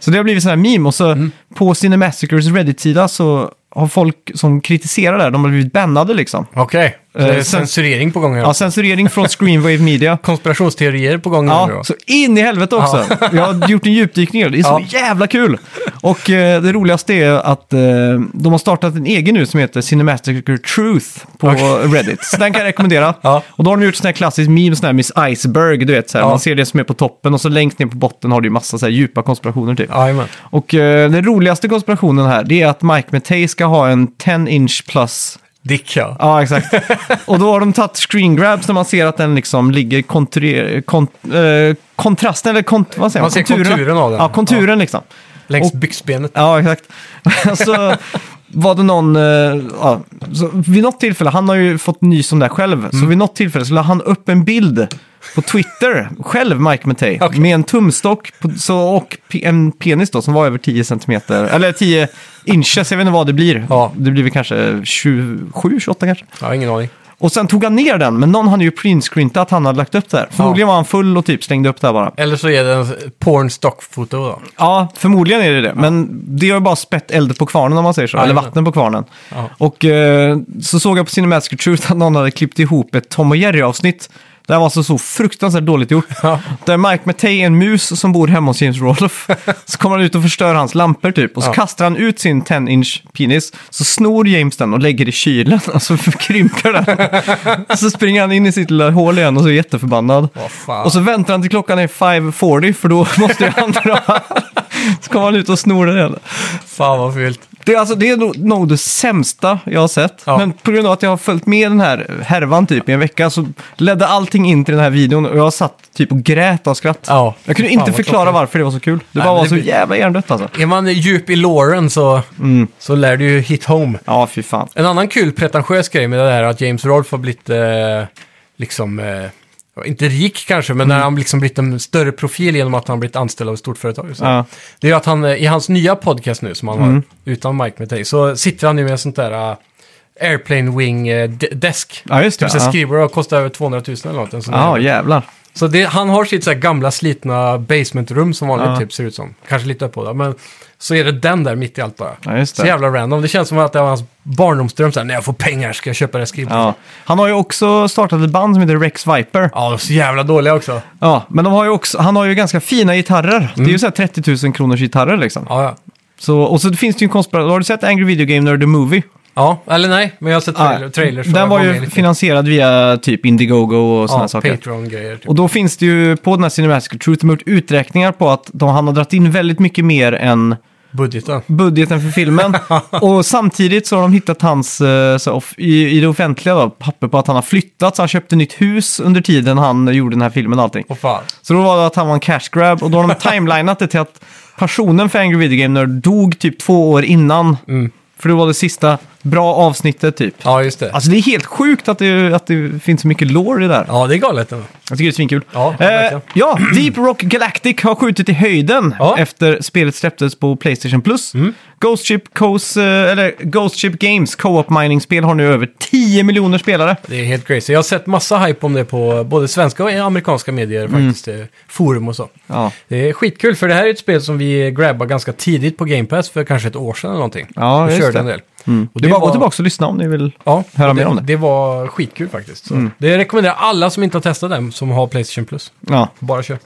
Speaker 1: Så det har blivit sån här meme och så på Cinemassacres Reddit-sida så har folk som kritiserar det här, de har blivit bannade liksom.
Speaker 2: Okej, så det
Speaker 1: Eh,
Speaker 2: är
Speaker 1: sen-
Speaker 2: censurering på gång här.
Speaker 1: Ja, censurering från Screenwave Media.
Speaker 2: Konspirationsteorier på gång nu då.
Speaker 1: Ja, så in i helvete också. Jag har gjort en djupdykning i det. Det är så jävla kul. Och eh, det roligaste är att eh, de har startat en egen nu som heter Cinematic Truth på Reddit. Så den kan jag rekommendera.
Speaker 2: Ja.
Speaker 1: Och då har de gjort sån här klassisk meme, sån här Miss Iceberg, du vet. Så här,
Speaker 2: Ja.
Speaker 1: Man ser det som är på toppen och så längst ner på botten har du ju massa så här, djupa konspirationer typ.
Speaker 2: Jajamän.
Speaker 1: Och eh, den roligaste konspirationen här, det är att Mike Mattei ska ha en 10-inch plus
Speaker 2: Dick ja.
Speaker 1: Ja, exakt. Och då har de tagit screen grabs när man ser att den liksom ligger kontur, kont, eh, kontrasten, eller kont, vad säger man?
Speaker 2: Man ser konturen av den.
Speaker 1: Ja, konturen liksom.
Speaker 2: Längs
Speaker 1: och-
Speaker 2: byxbenet.
Speaker 1: Ja, exakt. så var det någon, eh, ja, så vid något tillfälle, han har ju fått nys om det här själv,
Speaker 2: Mm.
Speaker 1: så vid något tillfälle så la han upp en bild på Twitter, själv Mike Mattei,
Speaker 2: Okej.
Speaker 1: med en tumstock på, så, och pe- en penis då som var över 10 centimeter, eller 10 inches, jag vet inte vad det blir.
Speaker 2: Ja.
Speaker 1: Det blir väl kanske 27, 28 kanske.
Speaker 2: Jag har ingen aning.
Speaker 1: Och sen tog han ner den, men någon hade ju printscreentat att han hade lagt upp det här. Förmodligen var han full och typ slängde upp det här bara.
Speaker 2: Eller så är det en porn stockfoto då.
Speaker 1: Ja, förmodligen är det det. Men det har ju bara spett eld på kvarnen om man säger så.
Speaker 2: Ja,
Speaker 1: eller
Speaker 2: jajamän.
Speaker 1: vatten på kvarnen.
Speaker 2: Ja.
Speaker 1: Och eh, så såg jag på Cinematic Truth att någon hade klippt ihop ett Tom och Jerry-avsnitt. Det här var alltså så fruktansvärt dåligt gjort.
Speaker 2: Ja.
Speaker 1: Där Mike Mattei är en mus som bor hemma hos James Rolfe. Så kommer han ut och förstör hans lampor typ. Och så
Speaker 2: Ja.
Speaker 1: kastar han ut sin 10-inch penis. Så snor James den och lägger i kylen. Alltså krymper den. så springer han in i sitt lilla hål igen och så är jätteförbannad.
Speaker 2: Vad fan.
Speaker 1: Och så väntar han till klockan är 5.40 för då måste ju han dra. så kommer han ut och snor den igen.
Speaker 2: Fan vad fult.
Speaker 1: Det är, alltså, det är nog- nog det sämsta jag har sett.
Speaker 2: Ja.
Speaker 1: Men på grund av att jag har följt med den här härvan typ i en vecka så ledde allting in till den här videon och jag satt typ och grät av skratt.
Speaker 2: Ja.
Speaker 1: Jag kunde
Speaker 2: Fan,
Speaker 1: inte
Speaker 2: vad
Speaker 1: förklara
Speaker 2: tråkigt.
Speaker 1: varför det var så kul. Det bara
Speaker 2: Nej, men
Speaker 1: var
Speaker 2: det
Speaker 1: så
Speaker 2: blir-
Speaker 1: jävla hjärndött alltså.
Speaker 2: Är man djup i låren så,
Speaker 1: Mm.
Speaker 2: så lär du ju hit home.
Speaker 1: Ja, fy fan.
Speaker 2: En annan kul pretentiös grej med det här är att James Rolfe har blivit, eh, liksom, eh, inte rik kanske,
Speaker 1: Mm.
Speaker 2: men när han liksom blivit en större profil genom att han blivit anställd av ett stort företag. och Så.
Speaker 1: Ja. Mm.
Speaker 2: Det är ju att han, eh, i hans nya podcast nu som han har, utan Mike Mattei, så sitter han nu med en sånt där eh, Airplane Wing eh, de- desk.
Speaker 1: Ja, just det,
Speaker 2: Typ så här
Speaker 1: ja.
Speaker 2: skrivbord och kostar över 200 000 eller något. En sån
Speaker 1: Ja,
Speaker 2: där.
Speaker 1: jävlar.
Speaker 2: Så det, han har sitt så här gamla slitna basementrum som vanligt
Speaker 1: Ja.
Speaker 2: typ ser ut som. Kanske lite uppåt, men så är det den där mitt i allt bara.
Speaker 1: Ja, just det.
Speaker 2: Så jävla random. Det känns som att det var hans barndomsdröm. Så här, när jag får pengar ska jag köpa det här skrivbordet. Ja.
Speaker 1: Ja. Han har ju också startat ett band som heter Rex Viper.
Speaker 2: ja, de är så jävla dåliga också.
Speaker 1: Ja, men de har ju också, han har ju ganska fina gitarrer. Det är ju så här 30 000 kronors gitarrer liksom.
Speaker 2: Mm. Ja, ja.
Speaker 1: Så, och så finns det ju en konspiration. Har du sett Angry Video Game Nerd The Movie?
Speaker 2: ja, eller nej, men jag har sett trailer, trailers. som
Speaker 1: Den var
Speaker 2: med
Speaker 1: ju
Speaker 2: lite.
Speaker 1: finansierad via typ Indiegogo och sådana
Speaker 2: ja,
Speaker 1: saker.
Speaker 2: Patreon-grejer. Typ.
Speaker 1: Och då finns det ju på den här Cinematic Truth, de har gjort uträkningar på att de, han har dragit in väldigt mycket mer än
Speaker 2: Budgeten.
Speaker 1: budgeten för filmen. och samtidigt så har de hittat hans, eh, så, off, i, i det offentliga då, papper på att han har flyttat, så han köpte nytt hus under tiden han gjorde den här filmen och allting.
Speaker 2: Åh fan.
Speaker 1: Så då var det att han var en cash grab och då har de timelinat det till att personen för Angry Video Game Nerd dog typ två år innan. För det var det sista bra avsnittet typ.
Speaker 2: Mm. Ja, just det.
Speaker 1: Alltså det är helt sjukt att det, att det finns så mycket lore i det här.
Speaker 2: Ja, det är galet. ändå.
Speaker 1: Jag tycker det är svinkul.
Speaker 2: Ja,
Speaker 1: eh,
Speaker 2: verkligen.
Speaker 1: ja, Deep Rock Galactic har skjutit i höjden
Speaker 2: Ja. Mm.
Speaker 1: efter spelet släpptes på Playstation Plus. Ghost, Ship Coast, eh, eller Ghost Ship Games co-op mining-spel har nu över 10 miljoner spelare.
Speaker 2: Det är helt crazy. Jag har sett massa hype om det på både svenska och amerikanska medier faktiskt. eh, Forum och så.
Speaker 1: Mm. Ja,
Speaker 2: Det är skitkul för det här är ett spel som vi grabbade ganska tidigt på Game Pass för kanske ett år sedan eller någonting.
Speaker 1: Ja,
Speaker 2: vi
Speaker 1: just
Speaker 2: körde
Speaker 1: det. Mm.
Speaker 2: en del. Och
Speaker 1: det är bara att gå tillbaka och lyssna om ni vill.
Speaker 2: Ja,
Speaker 1: höra
Speaker 2: och
Speaker 1: mer
Speaker 2: det,
Speaker 1: om det. Mm.
Speaker 2: Det var skitkul faktiskt. Så Det rekommenderar alla som inte har testat den som har Playstation Plus.
Speaker 1: Ja.
Speaker 2: Bara kör.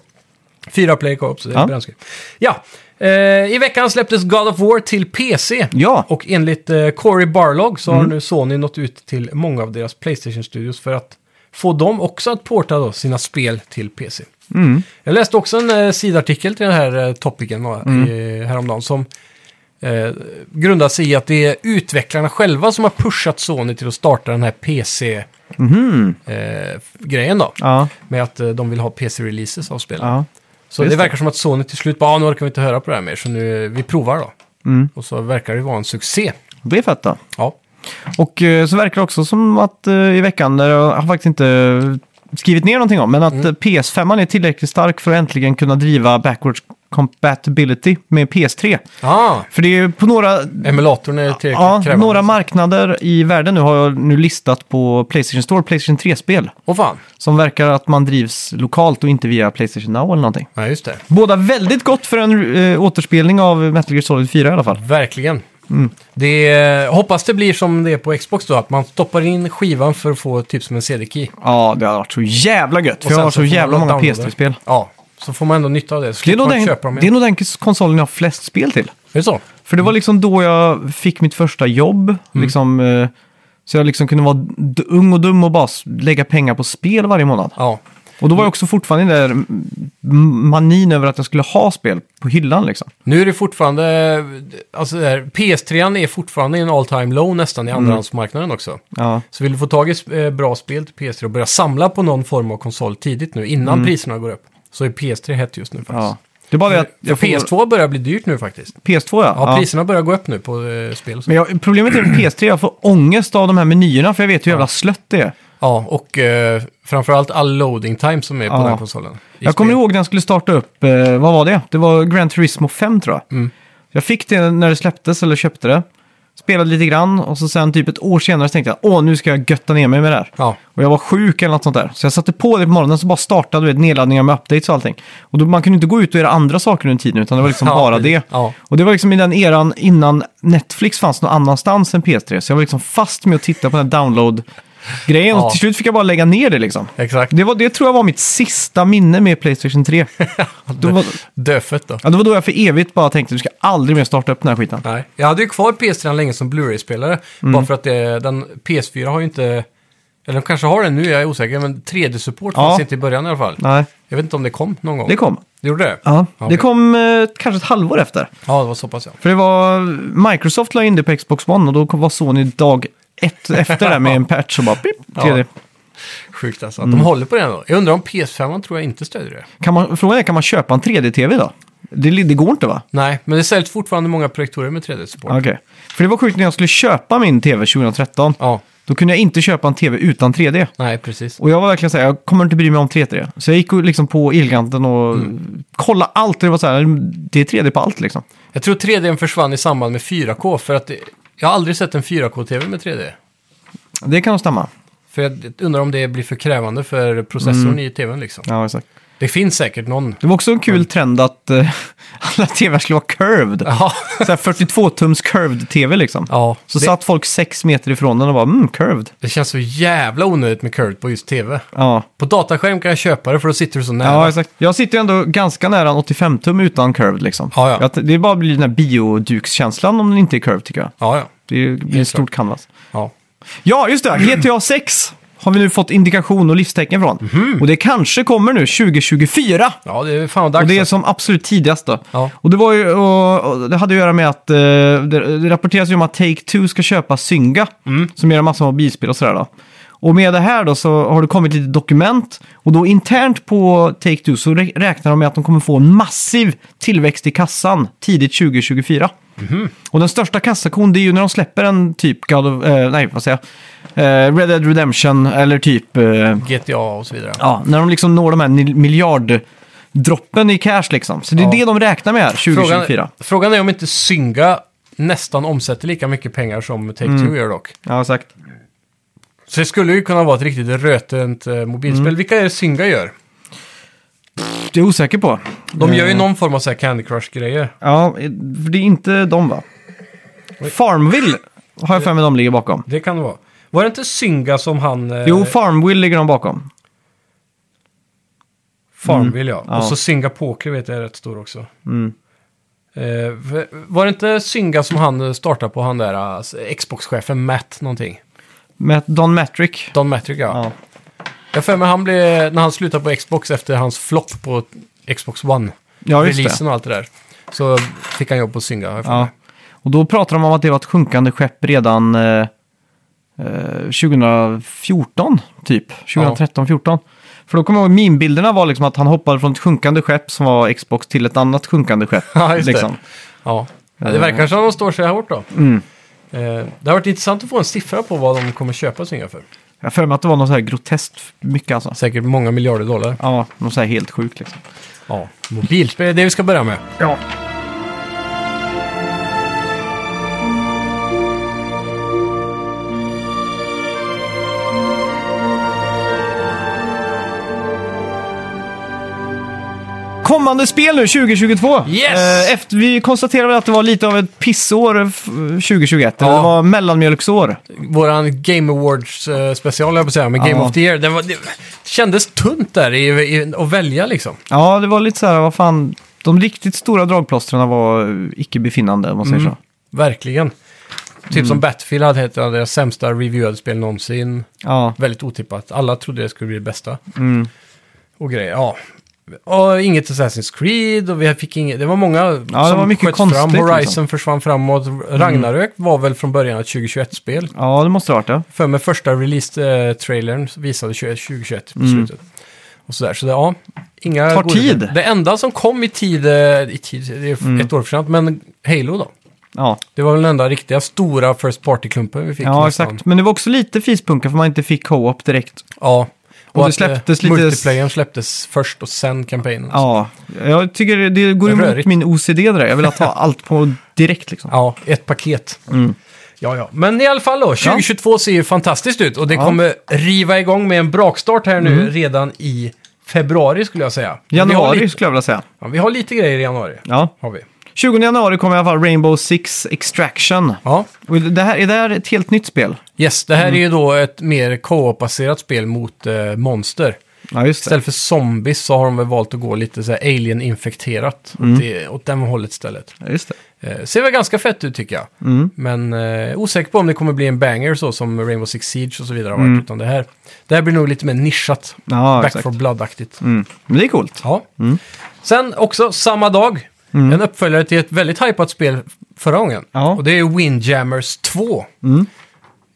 Speaker 2: Fyra play co-op, så det är
Speaker 1: Ja.
Speaker 2: bränsle. Ja, eh, i veckan släpptes God of War till PC.
Speaker 1: Ja. Mm.
Speaker 2: Och enligt eh, Corey Barlog så har nu Sony nått ut till många av deras Playstation-studios för att få dem också att porta då sina spel till PC.
Speaker 1: Mm.
Speaker 2: Jag läste också en eh, sidartikel till den här eh, topicen då,
Speaker 1: Mm.
Speaker 2: i, häromdagen som eh, grundar sig i att det är utvecklarna själva som har pushat Sony till att starta den här PC-grejen då.
Speaker 1: Mhm. Ja,
Speaker 2: Med att eh, de vill ha PC-releases av spelen.
Speaker 1: ja.
Speaker 2: Så
Speaker 1: Just
Speaker 2: det
Speaker 1: det.
Speaker 2: verkar som att Sony till slut bara, "Ah, nu orkar vi inte höra på det här mer, så nu, vi eh, provar då.
Speaker 1: Mm.
Speaker 2: Och så verkar det vara en succé.
Speaker 1: Det är fett då.
Speaker 2: Ja.
Speaker 1: Och eh, så verkar det också som att eh, i veckan, där jag har faktiskt inte skrivit ner någonting om, men att
Speaker 2: Mm.
Speaker 1: eh, PS5 är tillräckligt stark för att äntligen kunna driva backwards compatibility med PS3.
Speaker 2: Ah,
Speaker 1: För det är ju på några,
Speaker 2: emulatorn är tillräckligt
Speaker 1: ja,
Speaker 2: krävande.
Speaker 1: några marknader i världen nu har jag nu listat på Playstation Store, Playstation 3-spel.
Speaker 2: Åh fan.
Speaker 1: Som verkar att man drivs lokalt och inte via Playstation Now eller någonting.
Speaker 2: Nej, just det.
Speaker 1: Båda väldigt gott för en eh, återspelning av Metal Gear Solid 4 i alla fall.
Speaker 2: Verkligen.
Speaker 1: Mm.
Speaker 2: Det är, hoppas det blir som det är på Xbox då, att man stoppar in skivan för att få typ som en CD-key.
Speaker 1: Ja, det har varit så jävla gött. För
Speaker 2: Och
Speaker 1: jag
Speaker 2: sen
Speaker 1: har
Speaker 2: så
Speaker 1: så
Speaker 2: får man
Speaker 1: jävla många
Speaker 2: downloada.
Speaker 1: PS3-spel.
Speaker 2: Ja, så får man ändå nytta av det.
Speaker 1: Det
Speaker 2: Så
Speaker 1: är,
Speaker 2: slipper
Speaker 1: nog
Speaker 2: man
Speaker 1: den,
Speaker 2: köpa dem
Speaker 1: det är
Speaker 2: igen. Mm.
Speaker 1: nog den konsolen jag har flest spel till.
Speaker 2: Är det så?
Speaker 1: För det var liksom då jag fick mitt första jobb.
Speaker 2: Mm.
Speaker 1: Liksom, eh, så jag liksom kunde vara d- ung och dum och bara s- lägga pengar på spel varje månad.
Speaker 2: Ja.
Speaker 1: Och då var jag också fortfarande i den där m- manin över att jag skulle ha spel på hyllan liksom.
Speaker 2: Nu är det fortfarande, alltså det här, PS3 är fortfarande en all time low nästan i
Speaker 1: Mm.
Speaker 2: andrahandsmarknaden också.
Speaker 1: Ja,
Speaker 2: Så vill du få tag i eh, bra spel till PS3 och börja samla på någon form av konsol tidigt nu innan priserna går upp, så är PS3 hett just nu
Speaker 1: Mm. ja.
Speaker 2: faktiskt.
Speaker 1: Det är bara det att
Speaker 2: För
Speaker 1: jag får...
Speaker 2: PS2 börjar bli dyrt nu faktiskt.
Speaker 1: PS2 ja.
Speaker 2: Ja,
Speaker 1: ja.
Speaker 2: priserna börjar gå upp nu på eh, spel och så.
Speaker 1: Men jag, problemet är med PS3, jag får ångest av de här menyerna för jag vet hur jävla slött det är.
Speaker 2: Ja, och eh, framförallt all loading time som är på
Speaker 1: Ja.
Speaker 2: den konsolen. I
Speaker 1: Jag
Speaker 2: spel.
Speaker 1: kommer ihåg när jag skulle starta upp, eh, vad var det? Det var Gran Turismo 5 tror jag.
Speaker 2: Mm.
Speaker 1: Jag fick det när det släpptes, eller köpte det. Spelade lite grann och så sen typ ett år senare så tänkte jag, åh nu ska jag götta ner mig med det här.
Speaker 2: Ja,
Speaker 1: Och jag var sjuk eller något sånt där. Så jag satte på det på morgonen så bara startade du vet, nedladdningar med updates och allting. Och då, man kunde inte gå ut och göra andra saker under tiden utan det var liksom
Speaker 2: Ja,
Speaker 1: bara
Speaker 2: precis.
Speaker 1: det.
Speaker 2: Ja.
Speaker 1: Och det var liksom i den eran innan Netflix fanns någon annanstans än PS3. Så jag var liksom fast med att titta på den här download-grejen
Speaker 2: Ja.
Speaker 1: och till slut fick jag bara lägga ner det liksom.
Speaker 2: exakt.
Speaker 1: Det, var, det tror jag var mitt sista minne med Playstation 3. då var,
Speaker 2: Döfött då.
Speaker 1: ja, det var då jag för evigt bara tänkte du ska aldrig mer starta upp den här skiten.
Speaker 2: Nej, jag hade ju kvar PS3 länge som Blu-ray-spelare.
Speaker 1: Mm.
Speaker 2: Bara för att det, den PS4 har ju inte... Eller de kanske har den nu, jag är osäker. Men 3D-support
Speaker 1: Ja.
Speaker 2: fanns inte i början i alla fall.
Speaker 1: Nej,
Speaker 2: Jag vet inte om det kom någon gång.
Speaker 1: det kom.
Speaker 2: Det gjorde det?
Speaker 1: Ja.
Speaker 2: Ja,
Speaker 1: Det
Speaker 2: okej.
Speaker 1: kom eh, kanske ett halvår efter.
Speaker 2: Ja, det var så pass ja.
Speaker 1: För det var, Microsoft la in det på Xbox One och då kom- var Sony dag ett efter där med en patch och bara pip, 3D.
Speaker 2: Sjukt alltså. Att de
Speaker 1: Mm.
Speaker 2: håller på det ändå. Jag undrar om PS5 tror jag inte stödjer det.
Speaker 1: Kan man, frågan är, kan man köpa en 3D-TV då? Det, det går inte va?
Speaker 2: Nej, men det säljs fortfarande många projektorer med 3D-support.
Speaker 1: Okej. För det var sjukt när jag skulle köpa min TV 2013.
Speaker 2: Ja,
Speaker 1: Då kunde jag inte köpa en TV utan 3D.
Speaker 2: nej precis.
Speaker 1: Och jag var verkligen så här, jag kommer inte bry mig om 3D. Så jag gick och liksom på Elgiganten och
Speaker 2: Mm.
Speaker 1: kollade allt. Och det var så här, det är 3D på allt liksom.
Speaker 2: Jag tror 3D försvann i samband med 4K. För att det, jag har aldrig sett en 4K-TV med 3D.
Speaker 1: Det kan nog stämma.
Speaker 2: För jag undrar om det blir för krävande för processorn
Speaker 1: Mm.
Speaker 2: i TVn liksom.
Speaker 1: Ja, exakt.
Speaker 2: Det finns säkert någon.
Speaker 1: Det var också en kul trend att eh, alla TV:ar skulle vara curved.
Speaker 2: Ja,
Speaker 1: Så här 42-tums curved TV liksom.
Speaker 2: ja
Speaker 1: Så
Speaker 2: det,
Speaker 1: satt folk sex meter ifrån den och bara, mm, curved.
Speaker 2: det känns så jävla onödigt med curved på just TV.
Speaker 1: Ja,
Speaker 2: På dataskärm kan jag köpa det för då sitter du så nära.
Speaker 1: ja exakt. Jag sitter ju ändå ganska nära en 85-tum utan curved liksom.
Speaker 2: Ja, ja.
Speaker 1: Jag- Det bara blir den här biodukskänslan om den inte är curved tycker jag.
Speaker 2: ja, ja.
Speaker 1: Det blir ett stort canvas.
Speaker 2: ja.
Speaker 1: Ja, just det. GTA 6 har vi nu fått indikation och livstecken från. Och det kanske kommer nu 2024.
Speaker 2: Ja, det är fan dags.
Speaker 1: Och det är
Speaker 2: alltså.
Speaker 1: som absolut tidigast då.
Speaker 2: Ja.
Speaker 1: Och det var ju, och, och det hade att göra med att eh, det, det rapporteras ju om att Take-Two ska köpa Synga.
Speaker 2: Mm.
Speaker 1: Som gör en massa mobilspel och sådär då. Och med det här då så har det kommit lite dokument. Och då internt på Take-Two så rä- räknar de med att de kommer få en massiv tillväxt i kassan tidigt 2024.
Speaker 2: Mhm.
Speaker 1: Och den största kassakon det är ju när de släpper en typ God of, eh, nej vad säger jag, eh, Red Dead Redemption eller typ eh,
Speaker 2: GTA och så vidare.
Speaker 1: Ja, när de liksom når de här nil- miljarddroppen i cash liksom. Så det är
Speaker 2: Ja.
Speaker 1: det de räknar med här 2024.
Speaker 2: Frågan, frågan är om inte Synga nästan omsätter lika mycket pengar som Take-Two
Speaker 1: Mm.
Speaker 2: gör dock.
Speaker 1: Ja, exakt.
Speaker 2: Så det skulle ju kunna vara ett riktigt rötent eh, mobilspel.
Speaker 1: Mm.
Speaker 2: Vilka är det Synga gör?
Speaker 1: Det är jag osäker på.
Speaker 2: De gör ju
Speaker 1: Eh.
Speaker 2: någon form av så här Candy Crush-grejer.
Speaker 1: Ja, för det är inte de va? Farmville har jag för mig de ligger bakom.
Speaker 2: Det kan det vara. Var det inte Synga som han... eh,
Speaker 1: Jo, Farmville ligger de bakom.
Speaker 2: Farmville ja.
Speaker 1: Mm. ja. Mm.
Speaker 2: Och så Synga Poker vet jag är rätt stor också. Eh, v- var det inte Synga som han eh, startade på, han där eh, Xbox-chefen Matt någonting?
Speaker 1: Med Don Matrick.
Speaker 2: Don Matrick ja.
Speaker 1: Ja.
Speaker 2: Jag för mig han blev, när han slutade på Xbox efter hans flopp på Xbox One.
Speaker 1: Ja, just
Speaker 2: releasen
Speaker 1: det.
Speaker 2: och allt det där. Så fick han jobb på Synga. har jag för
Speaker 1: Ja.
Speaker 2: mig.
Speaker 1: Och då pratar de om att det var ett sjunkande skepp redan eh, eh, 2014, typ. 2013-14. För då kommer jag ihåg meme-bilderna var liksom att han hoppade från ett sjunkande skepp som var Xbox till ett annat sjunkande skepp.
Speaker 2: Ja, just det.
Speaker 1: liksom. Mm.
Speaker 2: Ja. Ja, det verkar som att de står sig hårt då. Eh, Det har varit intressant att få en siffra på vad de kommer köpa Synga för.
Speaker 1: Jag har för mig att det var något så här groteskt mycket alltså.
Speaker 2: Säkert många miljarder dollar.
Speaker 1: Ja, något så här helt sjukt liksom.
Speaker 2: Ja, mobilspel är det vi ska börja med.
Speaker 1: Ja. Kommande spel nu 2022.
Speaker 2: Yes!
Speaker 1: Eh, Efter, vi konstaterade väl att det var lite av ett pissår eh, f- 2021. eller
Speaker 2: Ja.
Speaker 1: Det var mellanmjölksår.
Speaker 2: Våran Game Awards eh, special, jag på att säga, med Game
Speaker 1: Ja.
Speaker 2: of the Year. Den var, det kändes tunt där i, i, att välja liksom.
Speaker 1: Ja, det var lite så här, vad fan. De riktigt stora dragplåstren var eh, icke befinnande om man
Speaker 2: Mm.
Speaker 1: säger så.
Speaker 2: Verkligen. Typ
Speaker 1: Mm.
Speaker 2: som Battlefield hade ett av deras sämsta reviewade spel någonsin.
Speaker 1: Ja,
Speaker 2: Väldigt otippat. Alla trodde det skulle bli det bästa.
Speaker 1: Mm.
Speaker 2: Och grejer, ja. Och inget Assassin's Creed och vi fick inget... Det var många
Speaker 1: det var mycket
Speaker 2: fram.
Speaker 1: konstigt,
Speaker 2: Horizon
Speaker 1: liksom.
Speaker 2: försvann framåt. Ragnarök var väl från början ett 2021-spel.
Speaker 1: ja det måste ha varit det.
Speaker 2: För mig första release-trailern visade 20- 2021 på slutet. Och sådär, så det, ja. Inga
Speaker 1: Mm. Tar
Speaker 2: goda-
Speaker 1: tid. Mm.
Speaker 2: Det enda som kom i tid, eh, i tid det är f- ett år för sent, men Halo då.
Speaker 1: Ja.
Speaker 2: Det var väl den enda riktiga stora First Party-klumpen vi fick.
Speaker 1: Ja,
Speaker 2: nästan.
Speaker 1: exakt. Men det var också lite fispunka för man inte fick co-op direkt.
Speaker 2: Ja.
Speaker 1: Och det
Speaker 2: att,
Speaker 1: släpptes
Speaker 2: eh,
Speaker 1: lite-
Speaker 2: Multiplayern släpptes först och sen kampanjen.
Speaker 1: Ja, jag tycker det- det går
Speaker 2: Det är
Speaker 1: emot
Speaker 2: rörigt.
Speaker 1: min OCD det där. Jag vill ha allt på direkt liksom.
Speaker 2: Ja, ett paket.
Speaker 1: Mm.
Speaker 2: Ja, ja. Men i alla fall då, 2022 ser ju fantastiskt ut och det
Speaker 1: Ja. Mm.
Speaker 2: kommer riva igång med en brakstart här nu redan i februari skulle jag säga. Vi har
Speaker 1: Januari
Speaker 2: lite-
Speaker 1: skulle jag vilja säga.
Speaker 2: Ja, vi har lite grejer i januari.
Speaker 1: Ja.
Speaker 2: Har vi.
Speaker 1: 20 januari kommer i alla fall Rainbow Six Extraction.
Speaker 2: Ja,
Speaker 1: Och det här, är det här ett helt nytt spel?
Speaker 2: yes. Det här är ju då ett mer co-op-baserat spel mot eh, monster.
Speaker 1: Ja, just det.
Speaker 2: Istället för zombies så har de väl valt att gå lite så här alien-infekterat
Speaker 1: Mm.
Speaker 2: åt, det, åt den hållet istället.
Speaker 1: Ja, just det.
Speaker 2: Eh, ser väl ganska fett ut tycker jag.
Speaker 1: Mm.
Speaker 2: Men eh, osäker på om det kommer bli en banger så som Rainbow Six Siege och så vidare har varit. Utan det här, det här blir nog lite mer nischat.
Speaker 1: Mm. Ja,
Speaker 2: Back
Speaker 1: exakt.
Speaker 2: for blood-aktigt.
Speaker 1: Mm. Men det är coolt.
Speaker 2: Ja. Sen också samma dag, en uppföljare till ett väldigt hypat spel förra gången.
Speaker 1: Ja.
Speaker 2: Och det är Windjammers 2.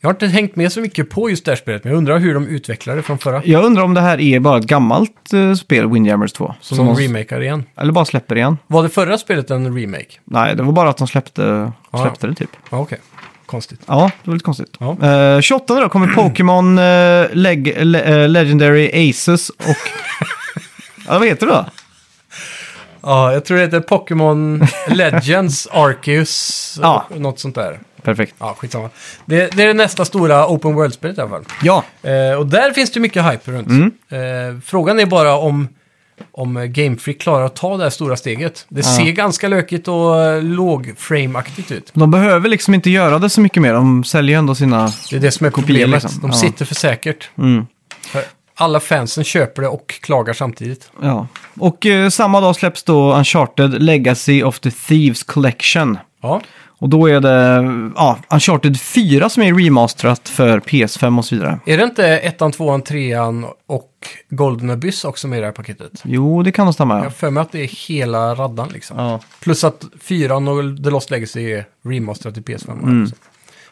Speaker 2: Jag har inte hängt med så mycket på just det här spelet, men jag undrar hur de utvecklade det från förra.
Speaker 1: Jag undrar om det här är bara ett gammalt eh, spel, Windjammers 2.
Speaker 2: Som,
Speaker 1: Som
Speaker 2: de
Speaker 1: de-
Speaker 2: remakar igen.
Speaker 1: Eller bara släpper igen.
Speaker 2: Var det förra spelet en remake?
Speaker 1: Nej, det var bara att de släppte,
Speaker 2: ja.
Speaker 1: släppte det typ.
Speaker 2: Ja, okej. Konstigt.
Speaker 1: Ja, det var lite konstigt.
Speaker 2: Ja.
Speaker 1: Eh, 28 då kommer Pokémon eh, Leg- Le- eh, Legendary Aces och... ja, vad heter det då?
Speaker 2: Ja, jag tror det heter Pokémon Legends Arceus.
Speaker 1: Ja.
Speaker 2: Något sånt där.
Speaker 1: Perfekt.
Speaker 2: Ja, skitsamma. Det, det är det nästa stora Open World-spelet i alla fall.
Speaker 1: Ja.
Speaker 2: Eh, och där finns det ju mycket hype runt.
Speaker 1: Mm.
Speaker 2: Eh, frågan är bara om, om Game Freak klarar att ta det här stora steget. Det ser ganska lökigt och eh, låg-frame-aktigt ut.
Speaker 1: De behöver liksom inte göra det så mycket mer. De säljer ju ändå sina...
Speaker 2: Det är det som är
Speaker 1: Kopior,
Speaker 2: problemet.
Speaker 1: liksom.
Speaker 2: De
Speaker 1: Ja.
Speaker 2: sitter för säkert.
Speaker 1: Mm.
Speaker 2: För Alla fansen köper det och klagar samtidigt.
Speaker 1: Ja. Och eh, samma dag släpps då Uncharted Legacy of the Thieves Collection.
Speaker 2: Ja,
Speaker 1: Och då är det ja, Uncharted 4 som är remasterat för PS5 och så vidare.
Speaker 2: är det inte ettan, tvåan, trean och Golden Abyss också med i det här paketet?
Speaker 1: Jo, det kan nog stämma.
Speaker 2: Jag
Speaker 1: Ja.
Speaker 2: har för mig att det är hela raddan liksom.
Speaker 1: Ja.
Speaker 2: Plus att 4 och The Lost Legacy är remasterat till PS5.
Speaker 1: Mm.
Speaker 2: Alltså.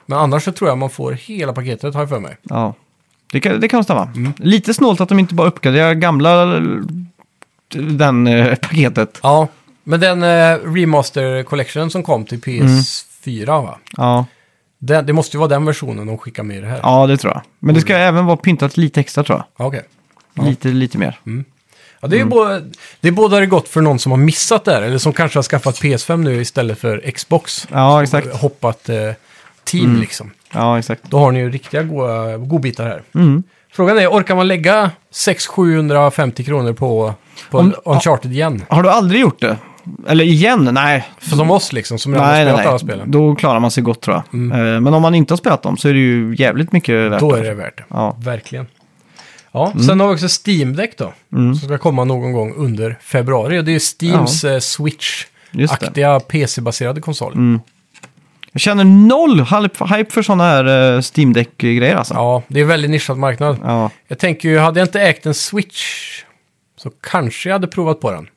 Speaker 2: Men annars så tror jag man får hela paketet, har jag för mig.
Speaker 1: ja. Det kan, det kan nog stämma.
Speaker 2: Mm.
Speaker 1: Lite snålt att de inte bara uppgraderar gamla eh, den eh, paketet.
Speaker 2: Ja, men den eh, remaster collection som kom till
Speaker 1: Mm.
Speaker 2: PS4, va?
Speaker 1: Ja.
Speaker 2: Den, det måste ju vara den versionen de skickar med i det här.
Speaker 1: ja, det tror jag. Men det ska även vara pyntat lite extra tror jag.
Speaker 2: Mm. Ja, Mm. okej.
Speaker 1: Lite, lite mer.
Speaker 2: Ja, det är
Speaker 1: Mm.
Speaker 2: ju både, det är både gott för någon som har missat det här, eller som kanske har skaffat PS5 nu istället för Xbox.
Speaker 1: Ja, exakt. Mm.
Speaker 2: Och Hoppat eh, team liksom.
Speaker 1: Ja, exakt.
Speaker 2: Då har ni ju riktiga goa- godbitar här.
Speaker 1: Mm.
Speaker 2: Frågan är, orkar man lägga 600-750 kronor på, på
Speaker 1: Om-
Speaker 2: Uncharted igen?
Speaker 1: Har du aldrig gjort det? Eller igen? Nej.
Speaker 2: Som oss liksom, som redan har
Speaker 1: Mm. Nej,
Speaker 2: spelat
Speaker 1: nej,
Speaker 2: alla
Speaker 1: nej.
Speaker 2: spelen. Mm.
Speaker 1: Då klarar man sig gott tror jag. Eh, Men om man inte har spelat dem så är det ju jävligt mycket värt
Speaker 2: Då är det värt det.
Speaker 1: Ja. Mm.
Speaker 2: Verkligen. Ja, sen har vi också Steam Deck då. Som ska komma någon gång under februari. Och det är ju Steams eh,
Speaker 1: Just det. Mm.
Speaker 2: Switch-aktiga PC-baserade konsol.
Speaker 1: Jag känner noll hype- hype för sådana här eh, Steam Deck-grejer alltså.
Speaker 2: Ja, det är en väldigt nischad marknad.
Speaker 1: Ja.
Speaker 2: Jag tänker ju, hade jag inte ägt en Switch så kanske jag hade provat på den.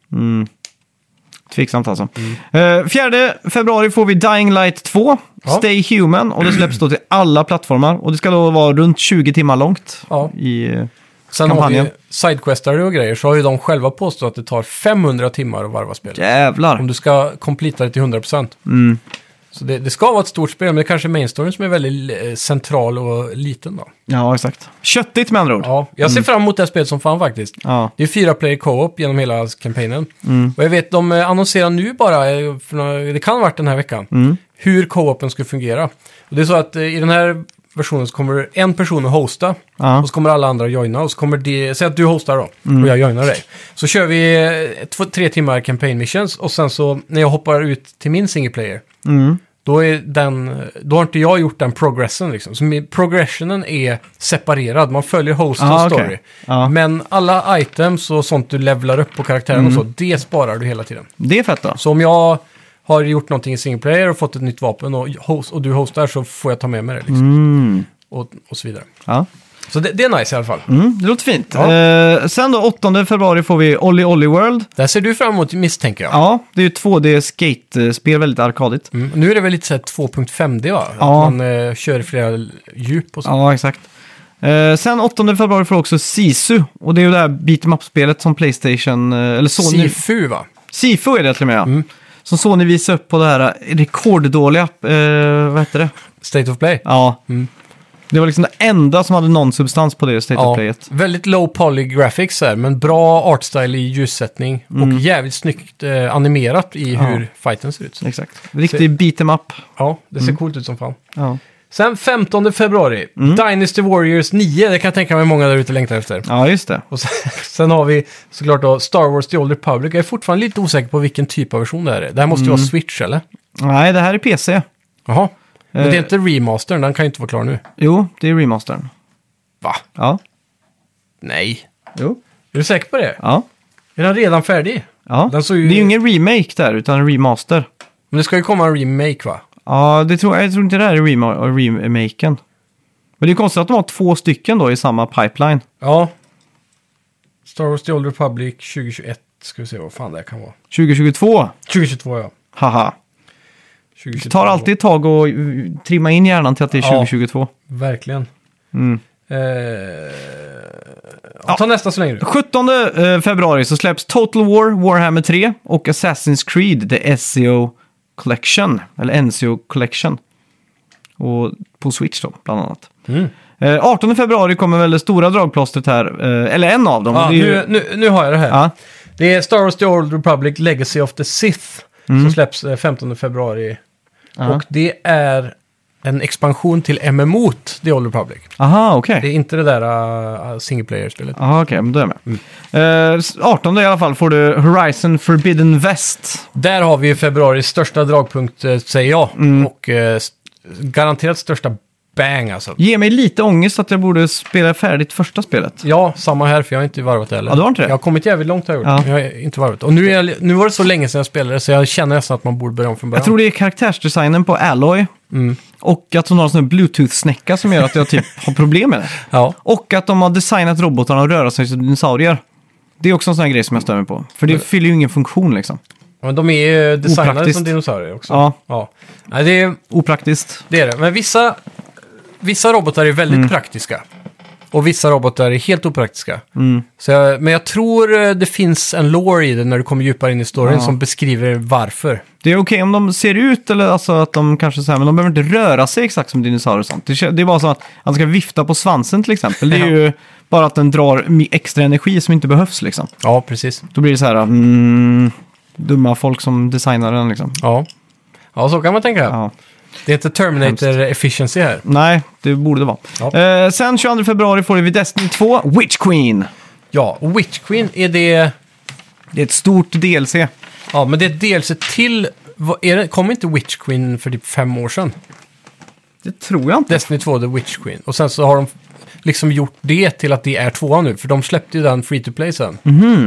Speaker 1: Tveksamt alltså. Mm. 4 februari får vi Dying Light 2,
Speaker 2: Ja.
Speaker 1: Stay Human och det släpps då till alla plattformar. Och det ska då vara runt 20 timmar långt.
Speaker 2: Ja.
Speaker 1: I, eh,
Speaker 2: Sen har vi
Speaker 1: Kampanjen.
Speaker 2: Sidequestare och grejer, så har ju de själva påstått att det tar 500 timmar att varva spelet.
Speaker 1: jävlar.
Speaker 2: Om du ska completa det till 100%. Så det, det ska vara ett stort spel, men det är kanske main storyn som är väldigt eh, central och liten då.
Speaker 1: Ja, exakt. Köttigt med andra ord.
Speaker 2: Ja, jag ser fram emot det här spelet som fan faktiskt.
Speaker 1: Ja.
Speaker 2: Det är fyra player co-op genom hela kampanjen.
Speaker 1: Mm.
Speaker 2: Och jag vet, de eh, annonserar nu bara, eh, för några, det kan ha varit den här veckan,
Speaker 1: Mm.
Speaker 2: hur co-open skulle fungera. Och det är så att eh, i den här versionen så kommer en person att hosta
Speaker 1: Ja. Mm.
Speaker 2: och så kommer alla andra att joina och så kommer det, säg att du hostar då och jag joinar dig. Så kör vi eh, två, tre timmar campaign missions och sen så när jag hoppar ut till min single player
Speaker 1: Mm.
Speaker 2: då, är den, då har inte jag gjort den progressen liksom. Så min- progressionen är separerad, man följer host och
Speaker 1: Ah, okej.
Speaker 2: story.
Speaker 1: Ja.
Speaker 2: Men alla items och sånt du levlar upp på karaktären och
Speaker 1: Mm.
Speaker 2: så, det sparar du hela tiden.
Speaker 1: Det är fett då.
Speaker 2: Så om jag har gjort någonting i single player och fått ett nytt vapen och, host, och du hostar så får jag ta med mig det liksom.
Speaker 1: Mm.
Speaker 2: Och, och så vidare.
Speaker 1: Ja.
Speaker 2: Så det, det är nice i alla fall.
Speaker 1: Mm, det låter fint.
Speaker 2: Ja.
Speaker 1: Eh, sen då 8 februari får vi Olli Olli World.
Speaker 2: Det här ser du fram emot misstänker jag.
Speaker 1: Ja, det är ju 2D skate-spel, väldigt arkadigt.
Speaker 2: Mm. Nu är det väl lite så här 2.5D va?
Speaker 1: Ja.
Speaker 2: Att man eh, kör flera djup och så.
Speaker 1: Ja, exakt. Eh, sen 8 februari får också Sisu. Och det är ju det här beat 'em up-spelet som Playstation, eh, eller Sony...
Speaker 2: Sifu va?
Speaker 1: Sifu är det till och med ja.
Speaker 2: Mm.
Speaker 1: Som Sony visar upp på det här rekorddåliga, eh, vad heter det?
Speaker 2: State of Play.
Speaker 1: Ja.
Speaker 2: Mm.
Speaker 1: Det var liksom det enda som hade någon substans på det State of Playet.
Speaker 2: väldigt low poly graphics här, men bra artstyle i ljussättning
Speaker 1: Mm.
Speaker 2: och jävligt snyggt eh, animerat i hur fighten ser ut. Så.
Speaker 1: Exakt. Riktig beat 'em up.
Speaker 2: Ja, det
Speaker 1: Mm.
Speaker 2: ser coolt ut som fan.
Speaker 1: Ja.
Speaker 2: Sen 15 februari,
Speaker 1: Mm.
Speaker 2: Dynasty Warriors 9, det kan jag tänka mig många där ute längtar efter.
Speaker 1: ja, just det.
Speaker 2: Och sen, sen har vi såklart då Star Wars The Old Republic. Jag är fortfarande lite osäker på vilken typ av version det här är. Det här måste
Speaker 1: Mm.
Speaker 2: ju vara Switch eller?
Speaker 1: Nej, det här är PC.
Speaker 2: Jaha. Men det är
Speaker 1: Eh.
Speaker 2: inte remastern, den kan ju inte vara klar nu.
Speaker 1: Jo, det är remastern.
Speaker 2: Va?
Speaker 1: Ja.
Speaker 2: Nej.
Speaker 1: Jo.
Speaker 2: Är du säker på det?
Speaker 1: Ja.
Speaker 2: Är den redan färdig?
Speaker 1: ja.
Speaker 2: Den såg ju-
Speaker 1: Det är ju ingen remake där, utan en remaster.
Speaker 2: Men det ska ju komma en remake va?
Speaker 1: Ja, det tror, jag tror inte det här är rema- remaken. Men det är konstigt att de har två stycken då i samma pipeline.
Speaker 2: Ja. Star Wars The Old Republic 2021. Ska vi se vad fan det här kan vara.
Speaker 1: 2022,
Speaker 2: 2022 ja.
Speaker 1: haha.
Speaker 2: 2022.
Speaker 1: Det tar alltid ett tag att uh, trimma in hjärnan till att det är
Speaker 2: Ja.
Speaker 1: 2022.
Speaker 2: Verkligen.
Speaker 1: Mm.
Speaker 2: Eh... Ja, ta nästa så länge du.
Speaker 1: 17 eh, februari så släpps Total War, Warhammer 3 och Assassin's Creed The SEO Collection. Eller NCO Collection. Och på Switch då, bland annat.
Speaker 2: Mm.
Speaker 1: Eh, 18 februari kommer väl det stora dragplåstret här. eh, Eller en av dem.
Speaker 2: Ja,
Speaker 1: det är ju-
Speaker 2: nu, nu, nu har jag det här.
Speaker 1: ja.
Speaker 2: Det är Star Wars The Old Republic Legacy of the Sith. Som släpps eh, 15 februari.
Speaker 1: Mm. Ja.
Speaker 2: Och det är en expansion till MMO t The Old Republic.
Speaker 1: Aha, okej.
Speaker 2: Det är inte det där uh, single player-spelet.
Speaker 1: Jaha, okej, men då är jag med.
Speaker 2: Mm.
Speaker 1: Eh, s- 18 i alla fall får du Horizon Forbidden West.
Speaker 2: Där har vi ju februaris största dragpunkt, eh, säger jag.
Speaker 1: Mm.
Speaker 2: Och eh, st- garanterat största bang alltså.
Speaker 1: Ge mig lite ångest att jag borde spela färdigt första spelet.
Speaker 2: Ja, samma här, för jag har inte varvat det heller.
Speaker 1: Ja, du har inte det?
Speaker 2: Jag har kommit jävligt långt har jag gjort,
Speaker 1: Ja.
Speaker 2: men jag har inte varvat. Och nu, är jag, nu var det så länge sedan jag spelade, så jag känner nästan att man borde börja om från början.
Speaker 1: Jag tror det är karaktärsdesignen på Alloy och att hon har en sån här bluetooth-snäcka som gör att jag typ har problem med det.
Speaker 2: Ja.
Speaker 1: Och att de har designat robotarna att röra sig som dinosaurier. Det är också en sån här grej som jag stör mig på. För det fyller ju ingen funktion liksom.
Speaker 2: Men de är ju designade som
Speaker 1: Opraktiskt.
Speaker 2: dinosaurier också.
Speaker 1: Ja.
Speaker 2: Nej, det, är,
Speaker 1: Opraktiskt.
Speaker 2: det är det. Men vissa, vissa robotar är
Speaker 1: Mm.
Speaker 2: väldigt praktiska. Och vissa robotar är helt opraktiska.
Speaker 1: Mm.
Speaker 2: Så jag, men jag tror eh, det finns en lore i det när du kommer djupare in i storyn
Speaker 1: Ja.
Speaker 2: som beskriver varför.
Speaker 1: Det är okej om de ser ut eller alltså att de kanske så här, men de behöver inte röra sig exakt som dinosaurier och sånt. Det, kä- det är bara som att han ska vifta på svansen till exempel. Det är ju bara att den drar mi- extra energi som inte behövs liksom.
Speaker 2: Ja, precis.
Speaker 1: Då blir det så här, mm, dumma folk som designar den liksom.
Speaker 2: Ja. ja, så kan man tänka.
Speaker 1: Ja.
Speaker 2: Det är inte Terminator efficiency här.
Speaker 1: Nej, det borde det vara.
Speaker 2: Ja.
Speaker 1: Eh, sen 22 februari får vi Destiny 2, Witch Queen.
Speaker 2: Ja, Witch Queen är det...
Speaker 1: Det är ett stort DLC.
Speaker 2: Ja, men det är ett DLC till... vad Är det, kom inte Witch Queen för typ fem år sedan?
Speaker 1: Det tror jag inte.
Speaker 2: Destiny 2 The Witch Queen. Och sen så har de liksom gjort det till att det är tvåan nu. För de släppte ju den free to play sen.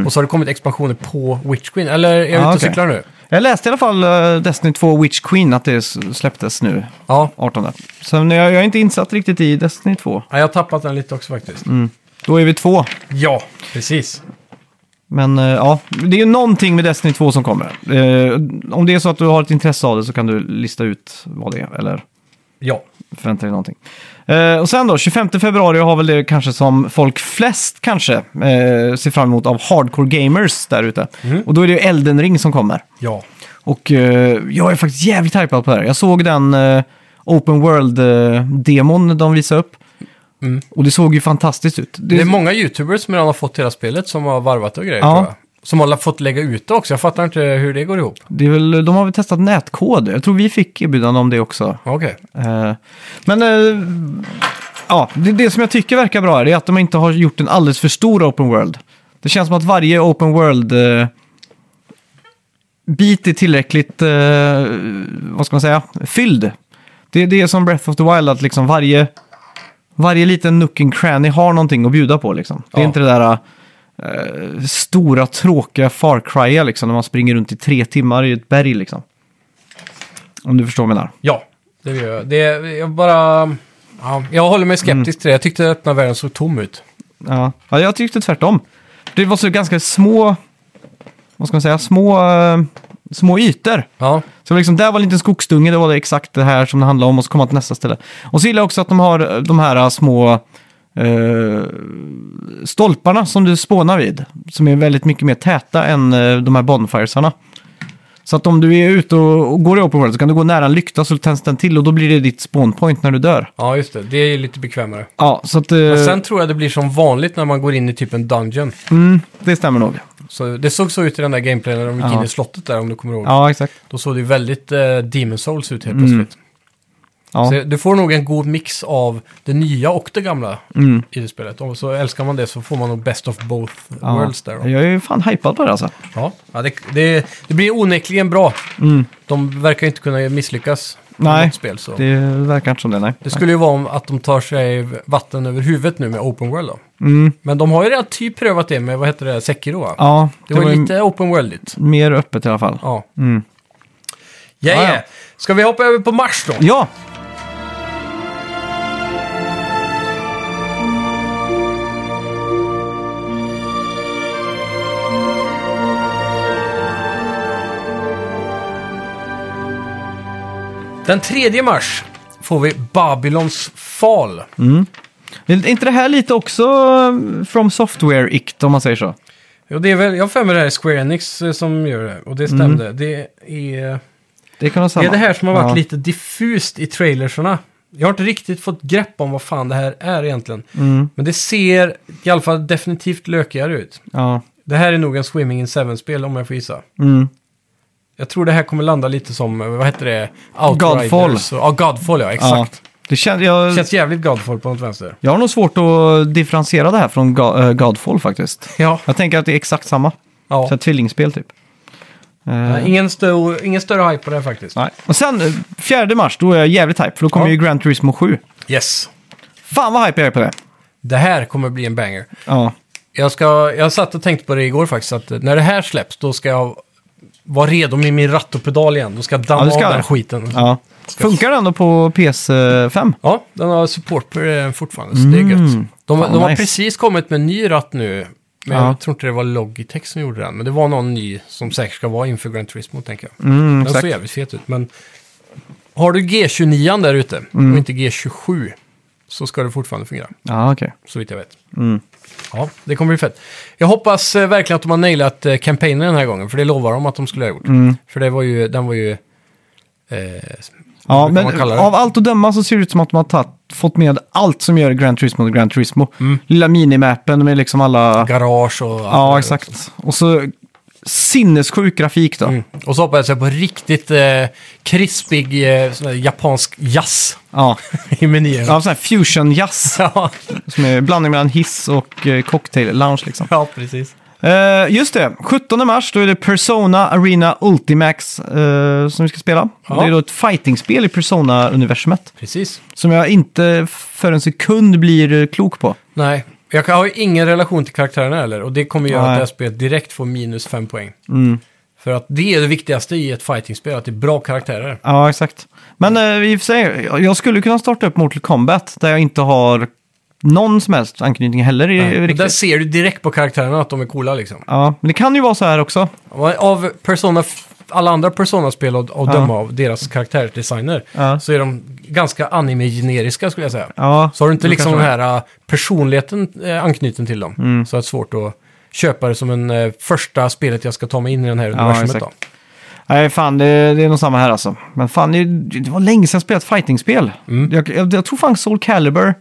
Speaker 2: Och så har det kommit expansioner på Witch Queen. Eller är jag ute
Speaker 1: Mhm. Ah,
Speaker 2: och
Speaker 1: okej.
Speaker 2: cyklar nu?
Speaker 1: Jag läste i alla fall eh, Destiny 2, Witch Queen, att det s- släpptes nu,
Speaker 2: Ja.
Speaker 1: 18. Sen jag, jag är inte insatt riktigt i Destiny 2.
Speaker 2: ja, jag har tappat den lite också faktiskt.
Speaker 1: Mm. Då är vi två.
Speaker 2: Ja, precis.
Speaker 1: Men eh, ja, det är ju någonting med Destiny 2 som kommer. Eh, om det är så att du har ett intresse av det så kan du lista ut vad det är, eller
Speaker 2: Ja.
Speaker 1: förvänta dig någonting. Eh, och sen då, 25 februari har väl det kanske som folk flest kanske
Speaker 2: Mhm.
Speaker 1: eh, ser fram emot av hardcore gamers där ute. Och då är det ju Elden Ring som kommer.
Speaker 2: Ja.
Speaker 1: Och eh, jag är faktiskt jävligt hypad på det här. Jag såg den eh, Open World-demon de visade upp.
Speaker 2: Mm.
Speaker 1: Och det såg ju fantastiskt ut.
Speaker 2: Det är många YouTubers som redan har fått hela spelet som har varvat och grejer
Speaker 1: Ja.
Speaker 2: tror jag. Som har fått lägga ut det också. Jag fattar inte hur det går ihop.
Speaker 1: Det är väl, de har väl testat nätkod. Jag tror vi fick erbjudande om det också.
Speaker 2: Okej.
Speaker 1: Eh, Men eh, ja, det, det som jag tycker verkar bra är att de inte har gjort en alldeles för stor open world. Det känns som att varje open world eh, bit är tillräckligt, eh, vad ska man säga, fylld. Det, det är som Breath of the Wild, att liksom varje, varje liten nook and cranny har någonting att bjuda på. Liksom. Det är
Speaker 2: Ja.
Speaker 1: inte det där eh, stora tråkiga Far Cry, liksom, när man springer runt i tre timmar i ett berg. Liksom. Om du förstår vad jag menar.
Speaker 2: Ja, det gör jag. Det, jag bara... Ja, jag håller mig
Speaker 1: Mm.
Speaker 2: skeptisk till det. Jag tyckte öppna världen såg tom ut.
Speaker 1: Ja. ja, jag tyckte tvärtom. Det var så ganska små, vad ska man säga, små, eh, små ytor.
Speaker 2: Ja,
Speaker 1: Så liksom, där var en liten skogsdunge, det var det exakt det här som det handlade om och så kom man till nästa ställe. Och så gillar jag också att de har eh, de här eh, små eh, stolparna som du spånar vid. Som är väldigt mycket mer täta än eh, de här bonfiresarna. Så att om du är ute och, och går i open world så kan du gå nära en lykta så tänds den till och då blir det ditt spawnpoint när du dör.
Speaker 2: ja just det. Det är ju lite bekvämare.
Speaker 1: Ja, så att... eh,
Speaker 2: Men sen tror jag det blir som vanligt när man går in i typ en dungeon.
Speaker 1: mm, det stämmer nog.
Speaker 2: Så det såg så ut i den där gameplayen när de gick
Speaker 1: Ja.
Speaker 2: in i slottet där om du kommer ihåg.
Speaker 1: Ja, exakt.
Speaker 2: Då såg det ju väldigt eh, Demon Souls ut helt
Speaker 1: Mm.
Speaker 2: plötsligt.
Speaker 1: Ja.
Speaker 2: Så du får nog en god mix av det nya och det gamla
Speaker 1: Mm.
Speaker 2: i det spelet. Och så älskar man det så får man nog best of both
Speaker 1: Ja. Mm.
Speaker 2: worlds där. då.
Speaker 1: Jag är ju fan hypad på det alltså.
Speaker 2: Ja, ja det, det, det blir onekligen bra.
Speaker 1: Mm.
Speaker 2: De verkar inte kunna misslyckas med
Speaker 1: Nej,
Speaker 2: något spel. Så. Det...
Speaker 1: Det verkar inte som det, nej.
Speaker 2: skulle ju vara om att de tar sig vatten över huvudet nu med Open World då.
Speaker 1: Mm.
Speaker 2: Men de har ju redan typ prövat det med, vad heter det, Sekiro va?
Speaker 1: Ja,
Speaker 2: det, var ju lite Open Worldigt.
Speaker 1: mer öppet i alla fall.
Speaker 2: Ja.
Speaker 1: Mm.
Speaker 2: Yeah.
Speaker 1: Ja, ja.
Speaker 2: Ska vi hoppa över på Mars då?
Speaker 1: Ja,
Speaker 2: Den 3 mars får vi Babylons fall.
Speaker 1: är Mm. inte det här lite också eh, from software-ikt om man säger så?
Speaker 2: Och det är väl, jag har för mig det här är Square Enix eh, som gör det. Och det stämde. Det är...
Speaker 1: Det kan vara Mm. samma.
Speaker 2: Det är det här som har varit
Speaker 1: Ja.
Speaker 2: lite diffust i trailerserna. Jag har inte riktigt fått grepp om vad fan det här är egentligen.
Speaker 1: Mm.
Speaker 2: Men det ser i alla fall definitivt lökigare ut.
Speaker 1: Ja.
Speaker 2: Det här är nog en Swimming in Seven-spel om jag får gissa.
Speaker 1: Mm.
Speaker 2: Jag tror det här kommer landa lite som, eh, vad heter det?
Speaker 1: Godfall.
Speaker 2: Och, ja, Godfall ja, exakt.
Speaker 1: Ja. Det kän- jag,
Speaker 2: Det känns jävligt Godfall på något vänster.
Speaker 1: jag har nog svårt att differentiera det här från Go- eh, Godfall faktiskt.
Speaker 2: Ja.
Speaker 1: Jag tänker att det är exakt samma.
Speaker 2: ja.
Speaker 1: Så här tvillingspel typ. Eh,
Speaker 2: Nej, Ingen, stö- ingen större hype på det här faktiskt.
Speaker 1: nej. Och sen eh, 4 mars, då är jag jävligt hype, för då kommer
Speaker 2: Ja.
Speaker 1: ju Gran Turismo 7.
Speaker 2: Yes.
Speaker 1: Fan vad hype jag är på det.
Speaker 2: Det här kommer bli en banger.
Speaker 1: Ja.
Speaker 2: Jag, ska, jag satt och tänkte på det igår faktiskt, att eh, när det här släpps då ska jag vara redo med min ratt och pedal igen. Då ska jag
Speaker 1: Ja,
Speaker 2: damma
Speaker 1: det ska
Speaker 2: av den
Speaker 1: du.
Speaker 2: skiten. Ja.
Speaker 1: Ja. Funkar den då på PS5?
Speaker 2: den har support på det fortfarande, så det är gött.
Speaker 1: Mm.
Speaker 2: De,
Speaker 1: Fan,
Speaker 2: de har
Speaker 1: nice.
Speaker 2: precis kommit med en ny ratt nu. Men
Speaker 1: Ja.
Speaker 2: jag tror inte det var Logitech som gjorde den. Men det var någon ny som säkert ska vara inför Gran Turismo, tänker jag.
Speaker 1: Mm,
Speaker 2: Den såg
Speaker 1: exakt.
Speaker 2: jävligt fet ut, men har du G29 där ute
Speaker 1: Mm.
Speaker 2: och inte G27 så ska det fortfarande fungera.
Speaker 1: Ja, okej.
Speaker 2: Så vitt jag vet. Ja, det kommer bli fett. Jag hoppas eh, verkligen att de har nailat eh, kampanjen den här gången, för det lovar de att de skulle ha gjort. För det var ju, den var ju... Eh,
Speaker 1: Mm. Ja,
Speaker 2: Vad kan man
Speaker 1: men
Speaker 2: kalla det?
Speaker 1: av allt att döma så ser det ut som att de har tatt, fått med allt som gör Gran Turismo till Gran Turismo.
Speaker 2: Mm.
Speaker 1: Lilla minimappen med liksom alla...
Speaker 2: garage och...
Speaker 1: Ja, exakt. Och så sinnessjuk grafik då.
Speaker 2: Mm. Och så hoppades jag på riktigt eh, krispig eh, sån där japansk jazz
Speaker 1: Ja,
Speaker 2: i menyn.
Speaker 1: ja sån här fusion-jazz
Speaker 2: Ja.
Speaker 1: som är blandning mellan hiss och eh, cocktail-lounge liksom.
Speaker 2: ja, precis.
Speaker 1: Eh, just det, 17 mars då är det Persona Arena Ultimax eh, som vi ska spela.
Speaker 2: Ja.
Speaker 1: Det är då ett fightingspel i Persona-universumet.
Speaker 2: Precis.
Speaker 1: Som jag inte för en sekund blir eh, klok på.
Speaker 2: Nej, jag har ju ingen relation till karaktärerna heller. Och det kommer göra
Speaker 1: Nej. Mm.
Speaker 2: att det här spelet direkt får minus fem poäng. För att det är det viktigaste i ett fightingspel, att det är bra karaktärer.
Speaker 1: Ja, exakt. Men eh, i och för sig, jag skulle kunna starta upp Mortal Kombat där jag inte har någon som helst anknytning heller. i-
Speaker 2: Och
Speaker 1: riktigt.
Speaker 2: Där ser du direkt på karaktärerna att de är coola liksom.
Speaker 1: Ja, men det kan ju vara så här också.
Speaker 2: Av Persona, alla andra Persona-spel att att
Speaker 1: Ja.
Speaker 2: döma av deras karaktärdesigner
Speaker 1: Ja.
Speaker 2: så är de ganska anime-generiska skulle jag säga.
Speaker 1: Ja,
Speaker 2: Så har du inte
Speaker 1: det
Speaker 2: liksom den
Speaker 1: kanske Mm.
Speaker 2: här äh, personligheten äh, anknuten till dem så är det svårt att köpa det som en äh, första spelet jag ska ta mig in i den här universumet
Speaker 1: exakt.
Speaker 2: då.
Speaker 1: Nej, fan det, det är nog samma här alltså. Men fan, det, det var länge sedan jag spelat fightingspel. Jag, jag, jag tror fan Soul Calibur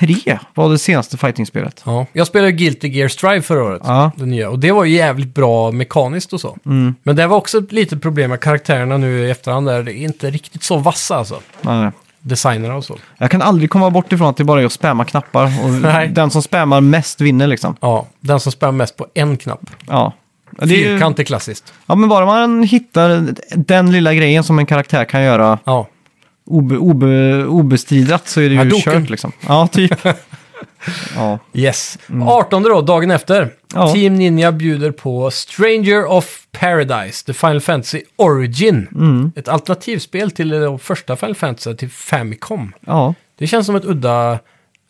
Speaker 1: 3 var det senaste fightingspelet.
Speaker 2: Ja. Jag spelade Guilty Gear Strive förra året,
Speaker 1: Ja. Mm.
Speaker 2: det nya. Och det var ju jävligt bra mekaniskt och så. Men det var också ett litet problem med karaktärerna nu i efterhand. Där. Det är inte riktigt så vassa alltså.
Speaker 1: Nej.
Speaker 2: Designerna och så.
Speaker 1: Jag kan aldrig komma bort ifrån att det bara är att spamma knappar.
Speaker 2: Nej.
Speaker 1: Och den som spammar mest vinner liksom.
Speaker 2: Ja, den som spär mest på en knapp.
Speaker 1: Ja. Det är ju,
Speaker 2: Fyrkant är klassiskt.
Speaker 1: ja, men bara man hittar den lilla grejen som en karaktär kan göra
Speaker 2: Ja.
Speaker 1: obe, obe, obestridrat så är det ju
Speaker 2: Hadoken.
Speaker 1: kört liksom. Ja, typ. ja.
Speaker 2: Yes. 18 då, dagen efter.
Speaker 1: Mm. Ja.
Speaker 2: Team Ninja bjuder på Stranger of Paradise, The Final Fantasy Origin.
Speaker 1: Mm.
Speaker 2: Ett alternativspel till det första Final Fantasy till Famicom.
Speaker 1: ja,
Speaker 2: Det känns som ett udda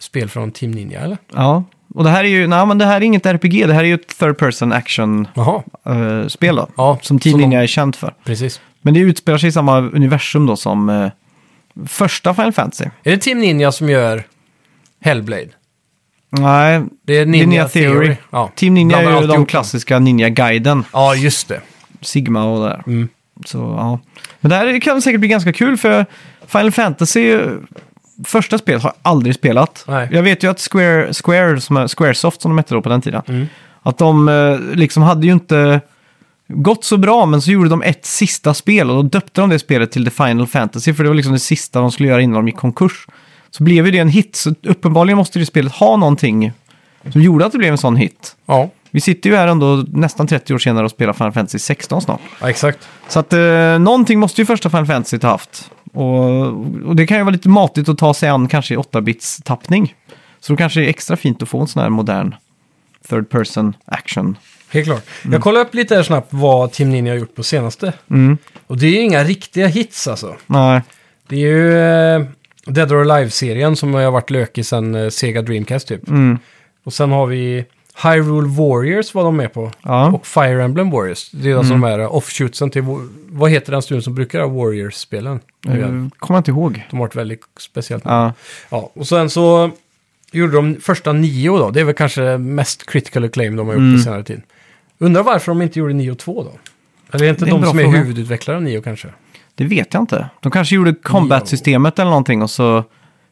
Speaker 2: spel från Team Ninja, eller?
Speaker 1: ja. Och det här är ju, nej men det här är inget RPG, det här är ju ett third person action
Speaker 2: Jaha,
Speaker 1: eh, spel då.
Speaker 2: Ja,
Speaker 1: som
Speaker 2: så
Speaker 1: Team
Speaker 2: de-
Speaker 1: Ninja är känt för.
Speaker 2: precis.
Speaker 1: Men det utspelar sig i samma universum då som eh, första Final Fantasy.
Speaker 2: Är det Team Ninja som gör Hellblade?
Speaker 1: Nej,
Speaker 2: Det är Ninja, Theory. Ja.
Speaker 1: Team Ninja
Speaker 2: Blandar
Speaker 1: är ju
Speaker 2: allt
Speaker 1: de
Speaker 2: ihop.
Speaker 1: klassiska Ninja-guiden.
Speaker 2: Ja, just det.
Speaker 1: Sigma och det där.
Speaker 2: Mm.
Speaker 1: Så, ja. Men det här kan säkert bli ganska kul för Final Fantasy, eh, första spelet har jag aldrig spelat.
Speaker 2: Nej.
Speaker 1: Jag vet ju att Square, Square som är, Squaresoft som de hette då på den tiden,
Speaker 2: Mm.
Speaker 1: att de eh, liksom hade ju inte gått så bra, men så gjorde de ett sista spel och då döpte de det spelet till The Final Fantasy, för det var liksom det sista de skulle göra innan de gick konkurs. Så blev ju det en hit, så uppenbarligen måste det spelet ha någonting som gjorde att det blev en sån hit.
Speaker 2: Ja,
Speaker 1: Vi sitter ju här ändå nästan 30 år senare och spelar Final Fantasy 16 snart.
Speaker 2: ja exakt.
Speaker 1: Så att eh, någonting måste ju första Final Fantasy ha haft. Och, och det kan ju vara lite matigt att ta sig an kanske i 8-bits tappning. Så då kanske det är extra fint att få en sån här modern third person action.
Speaker 2: Helt klart.
Speaker 1: Mm.
Speaker 2: Jag kollar upp lite här snabbt vad Team Ninja har gjort på senaste. Och det är ju inga riktiga hits alltså.
Speaker 1: Nej,
Speaker 2: Det är ju eh, Dead or Alive-serien som har varit lökig sedan eh, Sega Dreamcast typ.
Speaker 1: Mm.
Speaker 2: Och sen har vi Hyrule Warriors var de med på.
Speaker 1: Ja. Mm.
Speaker 2: Och Fire Emblem Warriors. Det är alltså de här eh, offshootsen till, Wa- vad heter den studion som brukar ha Warriors-spelen?
Speaker 1: eh, kommer jag inte ihåg.
Speaker 2: De har varit väldigt speciellt.
Speaker 1: Ja,
Speaker 2: Ja, och sen så gjorde de första nio då. Det är väl kanske mest critical acclaim de har gjort
Speaker 1: Mm.
Speaker 2: på senare tid. Undrar varför de inte gjorde nio två då? Eller är det inte
Speaker 1: Det är en
Speaker 2: de
Speaker 1: bra
Speaker 2: som är
Speaker 1: fråga.
Speaker 2: huvudutvecklare av nio kanske?
Speaker 1: det vet jag inte. De kanske gjorde combat-systemet eller någonting och så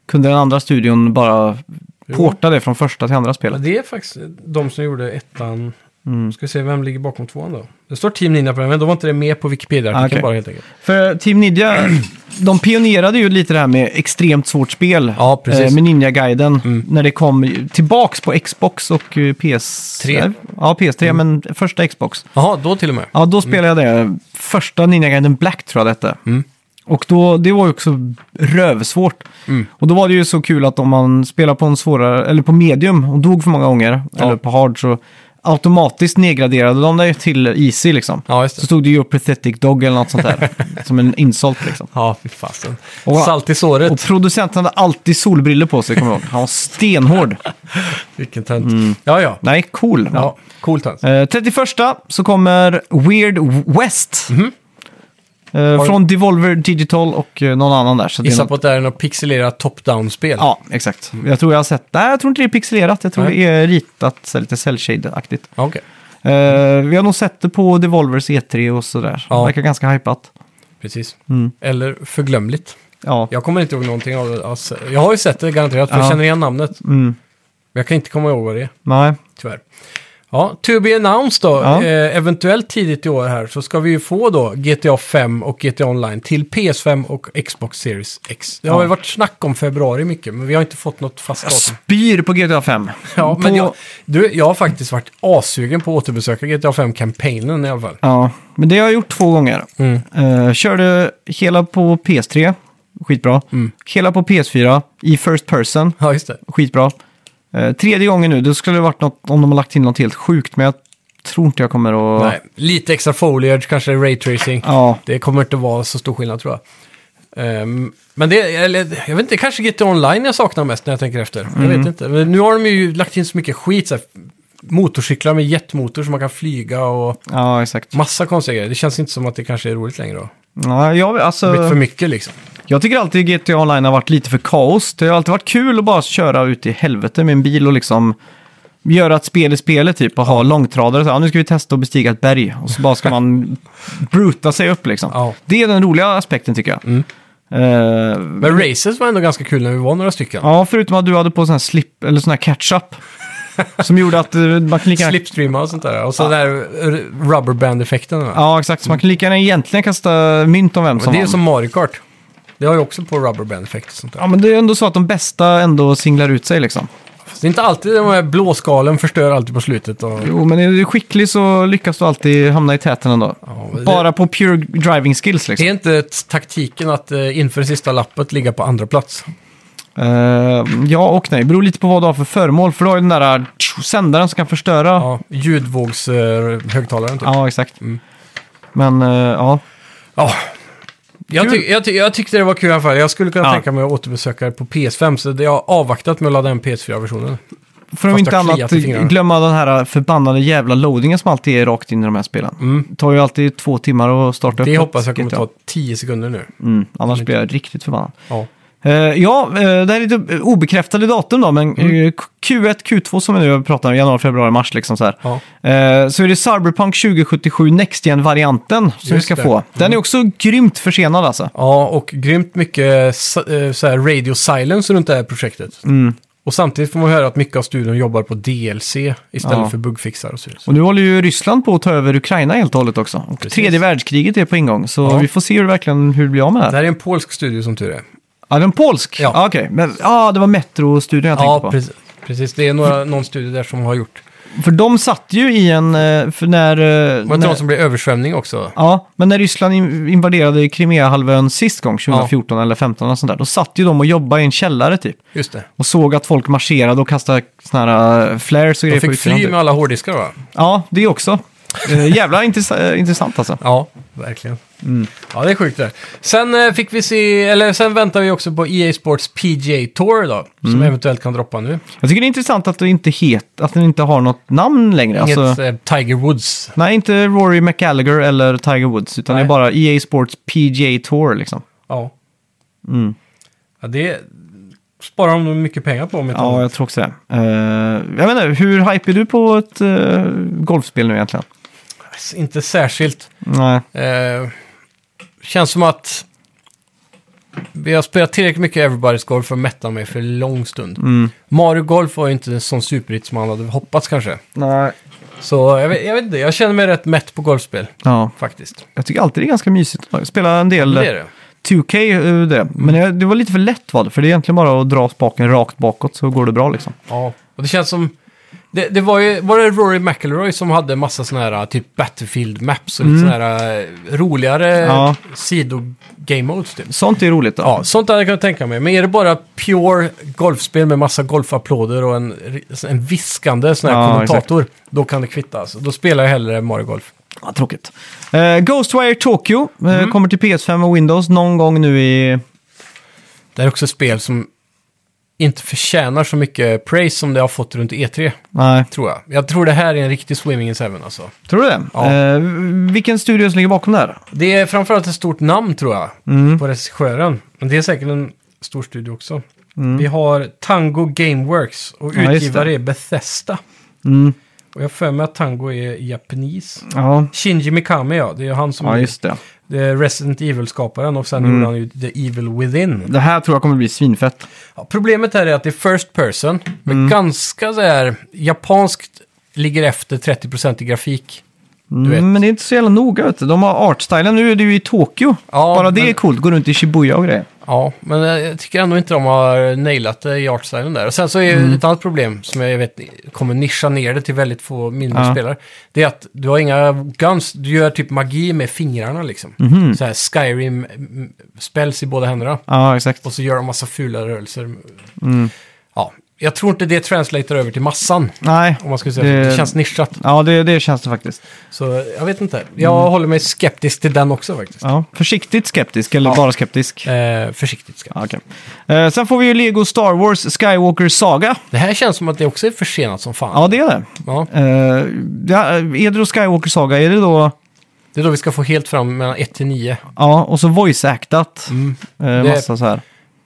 Speaker 1: kunde den andra studion bara
Speaker 2: Jo.
Speaker 1: porta det från första till andra
Speaker 2: Ja,
Speaker 1: spelet.
Speaker 2: det är faktiskt de som gjorde ettan.
Speaker 1: Mm.
Speaker 2: Ska vi se, vem ligger bakom tvåan då? Det står Team Ninja på den, men de var inte det med på Wikipedia-artikeln
Speaker 1: Ah, okej.
Speaker 2: bara helt enkelt.
Speaker 1: För Team Ninja, de pionerade ju lite det här med extremt svårt spel.
Speaker 2: Ja, precis. Mm.
Speaker 1: eh, Med Ninja-guiden. När det kom tillbaks på Xbox och eh, PS...
Speaker 2: Tre. Mm.
Speaker 1: Ja, PS3, men första Xbox.
Speaker 2: Jaha, då till och med.
Speaker 1: Ja, då spelade jag det. Första Ninja-guiden Black tror jag det hette.
Speaker 2: Mm.
Speaker 1: Och då, det var ju också rövsvårt.
Speaker 2: Mm.
Speaker 1: Och då var det ju så kul att om man spelar på en svårare, eller på medium och dog för många gånger,
Speaker 2: Ja.
Speaker 1: eller på hard, så automatiskt nedgraderade de dig till easy liksom.
Speaker 2: Ja, just
Speaker 1: Så
Speaker 2: det.
Speaker 1: stod det ju Pathetic Dog eller något sånt där. som en insult liksom.
Speaker 2: Ja, fy fasen.
Speaker 1: Och-
Speaker 2: Salt i såret.
Speaker 1: Och producenten hade alltid solbriller på sig, kommer jag ihåg. Han var stenhård.
Speaker 2: Vilken tönt. Ja, ja.
Speaker 1: Nej, cool.
Speaker 2: Ja, cool tönt.
Speaker 1: Mm. Eh, 31 så kommer Weird West.
Speaker 2: Mhm.
Speaker 1: Eh, från Devolver Digital och eh, någon annan där. Så det är
Speaker 2: Gissa
Speaker 1: något-
Speaker 2: på att det här är något pixelerat top-down-spel.
Speaker 1: Ja, exakt. Jag tror jag har sett... Nej, jag tror inte det är pixelerat. Jag tror
Speaker 2: Nej.
Speaker 1: det är ritat så här lite cellshade-aktigt.
Speaker 2: Okej.
Speaker 1: Eh, vi har nog sett det på Devolvers E3 och sådär.
Speaker 2: Ja.
Speaker 1: Det verkar ganska hypat.
Speaker 2: Precis.
Speaker 1: Mm.
Speaker 2: Eller förglömligt.
Speaker 1: Ja.
Speaker 2: Jag kommer inte ihåg någonting av det. alls. jag har ju sett det garanterat, för
Speaker 1: Ja.
Speaker 2: jag känner igen namnet.
Speaker 1: Mm.
Speaker 2: Men jag kan inte komma ihåg vad det är,
Speaker 1: Nej.
Speaker 2: tyvärr. Ja, to be announced då.
Speaker 1: Ja.
Speaker 2: Eh, eventuellt tidigt i år här så ska vi ju få då GTA 5 och GTA Online till PS5 och Xbox Series X. Det har
Speaker 1: Ja.
Speaker 2: ju varit snack om februari mycket, men vi har inte fått något fast
Speaker 1: Jag
Speaker 2: datum.
Speaker 1: spyr på GTA 5.
Speaker 2: Ja,
Speaker 1: på...
Speaker 2: men jag, du, jag har faktiskt varit assugen på att återbesöka GTA 5-kampanjen i alla fall.
Speaker 1: Ja, men det har jag gjort två gånger.
Speaker 2: Mm.
Speaker 1: Eh, körde hela på PS3, skitbra.
Speaker 2: Mm.
Speaker 1: Hela på PS4 i first person,
Speaker 2: Ja, just det.
Speaker 1: skitbra. Eh, tredje gången nu, då skulle det varit något om de har lagt in något helt sjukt, men jag tror inte jag kommer att...
Speaker 2: Nej, lite extra foliage, kanske raytracing.
Speaker 1: Ja,
Speaker 2: Det kommer inte vara så stor skillnad tror jag. Ehm, men det, eller, jag vet inte, kanske GTA Online jag saknar mest när jag tänker efter.
Speaker 1: Mm.
Speaker 2: Jag vet inte. Men nu har de ju lagt in så mycket skit. Så här, motorcyklar med jetmotor som man kan flyga och
Speaker 1: ja exakt.
Speaker 2: massa konstiga grejer. Det känns inte som att det kanske är roligt längre då.
Speaker 1: Ja, jag,
Speaker 2: Det har blivit
Speaker 1: alltså,
Speaker 2: för mycket liksom.
Speaker 1: jag tycker alltid GTA Online har varit lite för kaos. Det har alltid varit kul att bara köra ut i helvete med en bil och liksom göra ett spel i spelet typ och ha långtradare. Så, här, ja, nu ska vi testa att bestiga ett berg och så bara ska man bruta sig upp liksom.
Speaker 2: Ja. Mm.
Speaker 1: Det är den roliga aspekten tycker jag. Eh,
Speaker 2: Men races var ändå ganska kul när vi var några stycken.
Speaker 1: ja, förutom att du hade på sån här slip, eller sån här catch-up. som gjorde att eh, man kan lika gärna
Speaker 2: Slipstreama och sånt där. Och så den där eh, rubberband-effekten. va?
Speaker 1: Ja, exakt. Så man kan lika gärna egentligen kasta mynt om vem
Speaker 2: Men
Speaker 1: som
Speaker 2: det är ju
Speaker 1: vann.
Speaker 2: som Mario Kart. Det har ju också på rubberband-effekt och sånt där.
Speaker 1: Ja, men det är ändå så att de bästa ändå singlar ut sig liksom.
Speaker 2: Så det är inte alltid de här blåskalen förstör alltid på slutet. Och,
Speaker 1: Jo, men är du skicklig så lyckas du alltid hamna i täten ändå.
Speaker 2: Ja, men det-
Speaker 1: Bara på pure driving skills
Speaker 2: det
Speaker 1: liksom.
Speaker 2: är inte t- taktiken att eh, inför sista lappet ligga på andra plats.
Speaker 1: Eh, ja och nej, beror lite på vad du har för föremål. För du har ju den där eh, sändaren som kan förstöra. Ja,
Speaker 2: Ja, ljudvågshögtalaren typ.
Speaker 1: exakt. Men eh, ja,
Speaker 2: Ja. Jag,
Speaker 1: Kul.
Speaker 2: ty- jag, ty- jag tyckte det var kul i alla fall. Jag skulle kunna
Speaker 1: Ja.
Speaker 2: tänka mig att återbesöka det på PS5, så det jag har avvaktat med att ladda hem PS4-versionen.
Speaker 1: för om
Speaker 2: Fast
Speaker 1: inte
Speaker 2: jag har
Speaker 1: annat
Speaker 2: kliat i fingrarna.
Speaker 1: glömma den här eh, förbannade jävla loadingen som alltid är rakt in i de här spelen. Det tar ju alltid två timmar att starta upp.
Speaker 2: Mm. Det
Speaker 1: ett
Speaker 2: hoppas jag kommer
Speaker 1: GTA.
Speaker 2: ta 10 sekunder nu.
Speaker 1: Mm, annars blir jag riktigt förbannad.
Speaker 2: Ja.
Speaker 1: Eh, ja, eh, det här är lite eh, obekräftade datum då, men
Speaker 2: Mm.
Speaker 1: eh, Q1, Q2 som vi nu pratar om, januari, februari, mars liksom så här.
Speaker 2: Ja.
Speaker 1: Eh, så är det Cyberpunk 2077 Next Gen-varianten som vi
Speaker 2: Just
Speaker 1: ska
Speaker 2: det. Mm.
Speaker 1: få. Den är också grymt försenad alltså.
Speaker 2: ja, och grymt mycket sa- eh, så här radio silence runt det här projektet. Och samtidigt får man höra att mycket av studion jobbar på DLC istället
Speaker 1: Ja.
Speaker 2: för bugfixar och så.
Speaker 1: Och nu håller ju Ryssland på att ta över Ukraina helt och hållet också. Och
Speaker 2: Precis.
Speaker 1: tredje världskriget är på ingång, så
Speaker 2: Ja.
Speaker 1: vi får se hur, det verkligen, hur det blir av med det
Speaker 2: Det
Speaker 1: här.
Speaker 2: här är en polsk studio som tur är.
Speaker 1: Ja, den polsk?
Speaker 2: Ja.
Speaker 1: Ah, Okej, men ja, det var Metro-studion jag tänkte
Speaker 2: Ja,
Speaker 1: på.
Speaker 2: precis. precis. Det är några, någon studio där som har gjort.
Speaker 1: För de satt ju i en... eh, För när... eh,
Speaker 2: Var det
Speaker 1: när-
Speaker 2: någon som blev översvämning också?
Speaker 1: Ja, men när Ryssland in- invaderade Krimeahalvön sist gång, 2014 eller 15 och sånt där, då satt ju de och jobbade i en källare typ.
Speaker 2: Just det.
Speaker 1: Och såg att folk marscherade och kastade såna här eh, flares och
Speaker 2: De
Speaker 1: grejer på
Speaker 2: fick
Speaker 1: utsidan.
Speaker 2: fly
Speaker 1: Typ.
Speaker 2: med alla hårddiskar va?
Speaker 1: Ja, det också. Eh, jävla intress- eh, intressant alltså.
Speaker 2: Ja, verkligen.
Speaker 1: Mm.
Speaker 2: Ja, det är sjukt det. Sen eh, fick vi se, eller sen väntar vi också på EA Sports PGA Tour då, som
Speaker 1: Mm.
Speaker 2: eventuellt kan droppa nu.
Speaker 1: Jag tycker det är intressant att, det inte het, att den inte har något namn längre.
Speaker 2: Inget
Speaker 1: Alltså,
Speaker 2: eh, Tiger Woods.
Speaker 1: nej, inte Rory McGallagher eller Tiger Woods, utan
Speaker 2: Nej.
Speaker 1: det är bara EA Sports PGA Tour liksom.
Speaker 2: Ja.
Speaker 1: Mm.
Speaker 2: ja det sparar de nog mycket pengar på om inte
Speaker 1: Ja,
Speaker 2: annat.
Speaker 1: jag tror också det. Eh, jag menar, hur hype är du på ett eh, golfspel nu egentligen?
Speaker 2: Alltså, Inte särskilt.
Speaker 1: Nej.
Speaker 2: Eh, känns som att vi har spelat tillräckligt mycket Everybody's Golf för att mätta mig för en lång stund. Mario Golf var ju inte en sån superhit som man hade hoppats kanske.
Speaker 1: Nej.
Speaker 2: Så jag vet, jag vet inte, jag känner mig rätt mätt på golfspel
Speaker 1: Ja,
Speaker 2: faktiskt.
Speaker 1: jag tycker alltid det är ganska mysigt. att spela en del
Speaker 2: Det Mm. är det.
Speaker 1: 2K, eh, det. men jag, det var lite för lätt var det, för det är egentligen bara att dra spaken rakt bakåt så går det bra liksom.
Speaker 2: Ja, och det känns som... Det, det var ju, var det Rory McIlroy som hade massa såna här typ Battlefield-maps och lite såna här eh, roligare
Speaker 1: Ja.
Speaker 2: sido-game-modes typ.
Speaker 1: Sånt är roligt. Då.
Speaker 2: Ja, sånt hade jag kunnat tänka mig. Men är det bara pure golfspel med massa golfapplåder och en, en viskande sån här
Speaker 1: Ja,
Speaker 2: kommentator, då kan det kvitta. Alltså. Då spelar jag hellre Mario Golf.
Speaker 1: Ja, tråkigt. Eh, Ghostwire Tokyo eh, kommer till PS5 och Windows någon gång nu i...
Speaker 2: Det är också ett spel som inte förtjänar så mycket praise som det har fått runt E3,
Speaker 1: Nej,
Speaker 2: tror jag. Jag tror det här är en riktig swimming in seven alltså.
Speaker 1: tror du det?
Speaker 2: Ja.
Speaker 1: Eh, vilken studio som ligger bakom det här?
Speaker 2: Det är framförallt ett stort namn tror jag,
Speaker 1: Mm.
Speaker 2: på regissören. Men det är säkert en stor studio också. Vi har Tango Gameworks och
Speaker 1: Mm. Ja, just
Speaker 2: utgivare
Speaker 1: det.
Speaker 2: är Bethesda.
Speaker 1: Mm.
Speaker 2: Och jag har för mig att Tango är japanis.
Speaker 1: Ja,
Speaker 2: Shinji Mikami ja, det är han som
Speaker 1: ja just det. Mm.
Speaker 2: det är Resident Evil-skaparen och sen gjorde han ju The Evil Within.
Speaker 1: Det här tror jag kommer bli svinfett.
Speaker 2: Ja, problemet här är att det är First Person, men
Speaker 1: Mm.
Speaker 2: ganska så här japanskt ligger efter 30% i grafik. Du vet.
Speaker 1: Mm, men det är inte så jävla noga. Vet du. De har artstylen. Nu är det ju i Tokyo.
Speaker 2: Ja,
Speaker 1: Bara det
Speaker 2: men-
Speaker 1: är coolt. Går runt i Shibuya och grejer.
Speaker 2: Ja, men jag tycker ändå inte de har nailat det i artstylen där. Och sen så är mm. ett annat problem som jag vet kommer nischa ner det till väldigt få mindre
Speaker 1: Ja.
Speaker 2: spelare. Det är att du har inga guns, du gör typ magi med fingrarna liksom.
Speaker 1: Mhm.
Speaker 2: Så här Skyrim mm, spells i båda händerna.
Speaker 1: Ja, exakt.
Speaker 2: Och så gör de massa fula rörelser.
Speaker 1: Mm.
Speaker 2: Ja, jag tror inte det translatear över till massan.
Speaker 1: Nej,
Speaker 2: Om man skulle säga så.
Speaker 1: Det-
Speaker 2: Det känns nischat.
Speaker 1: ja det, det känns det faktiskt.
Speaker 2: Så jag vet inte. Jag håller mig skeptisk till den också faktiskt.
Speaker 1: Mm. Ja. Försiktigt skeptisk eller
Speaker 2: Ja.
Speaker 1: bara skeptisk?
Speaker 2: Eh, försiktigt ska jag.
Speaker 1: Ja, okej. Eh, sen får vi ju Lego Star Wars Skywalker Saga.
Speaker 2: Det här känns som att det också är försenat som fan.
Speaker 1: Ja, det är det.
Speaker 2: Ja.
Speaker 1: Eh, ja, är det då Skywalker Saga, är det då...
Speaker 2: Det är då vi ska få helt fram mellan 1 till 9.
Speaker 1: Ja, och så voice-actat. Eh,
Speaker 2: Mm. Det-
Speaker 1: massa så här.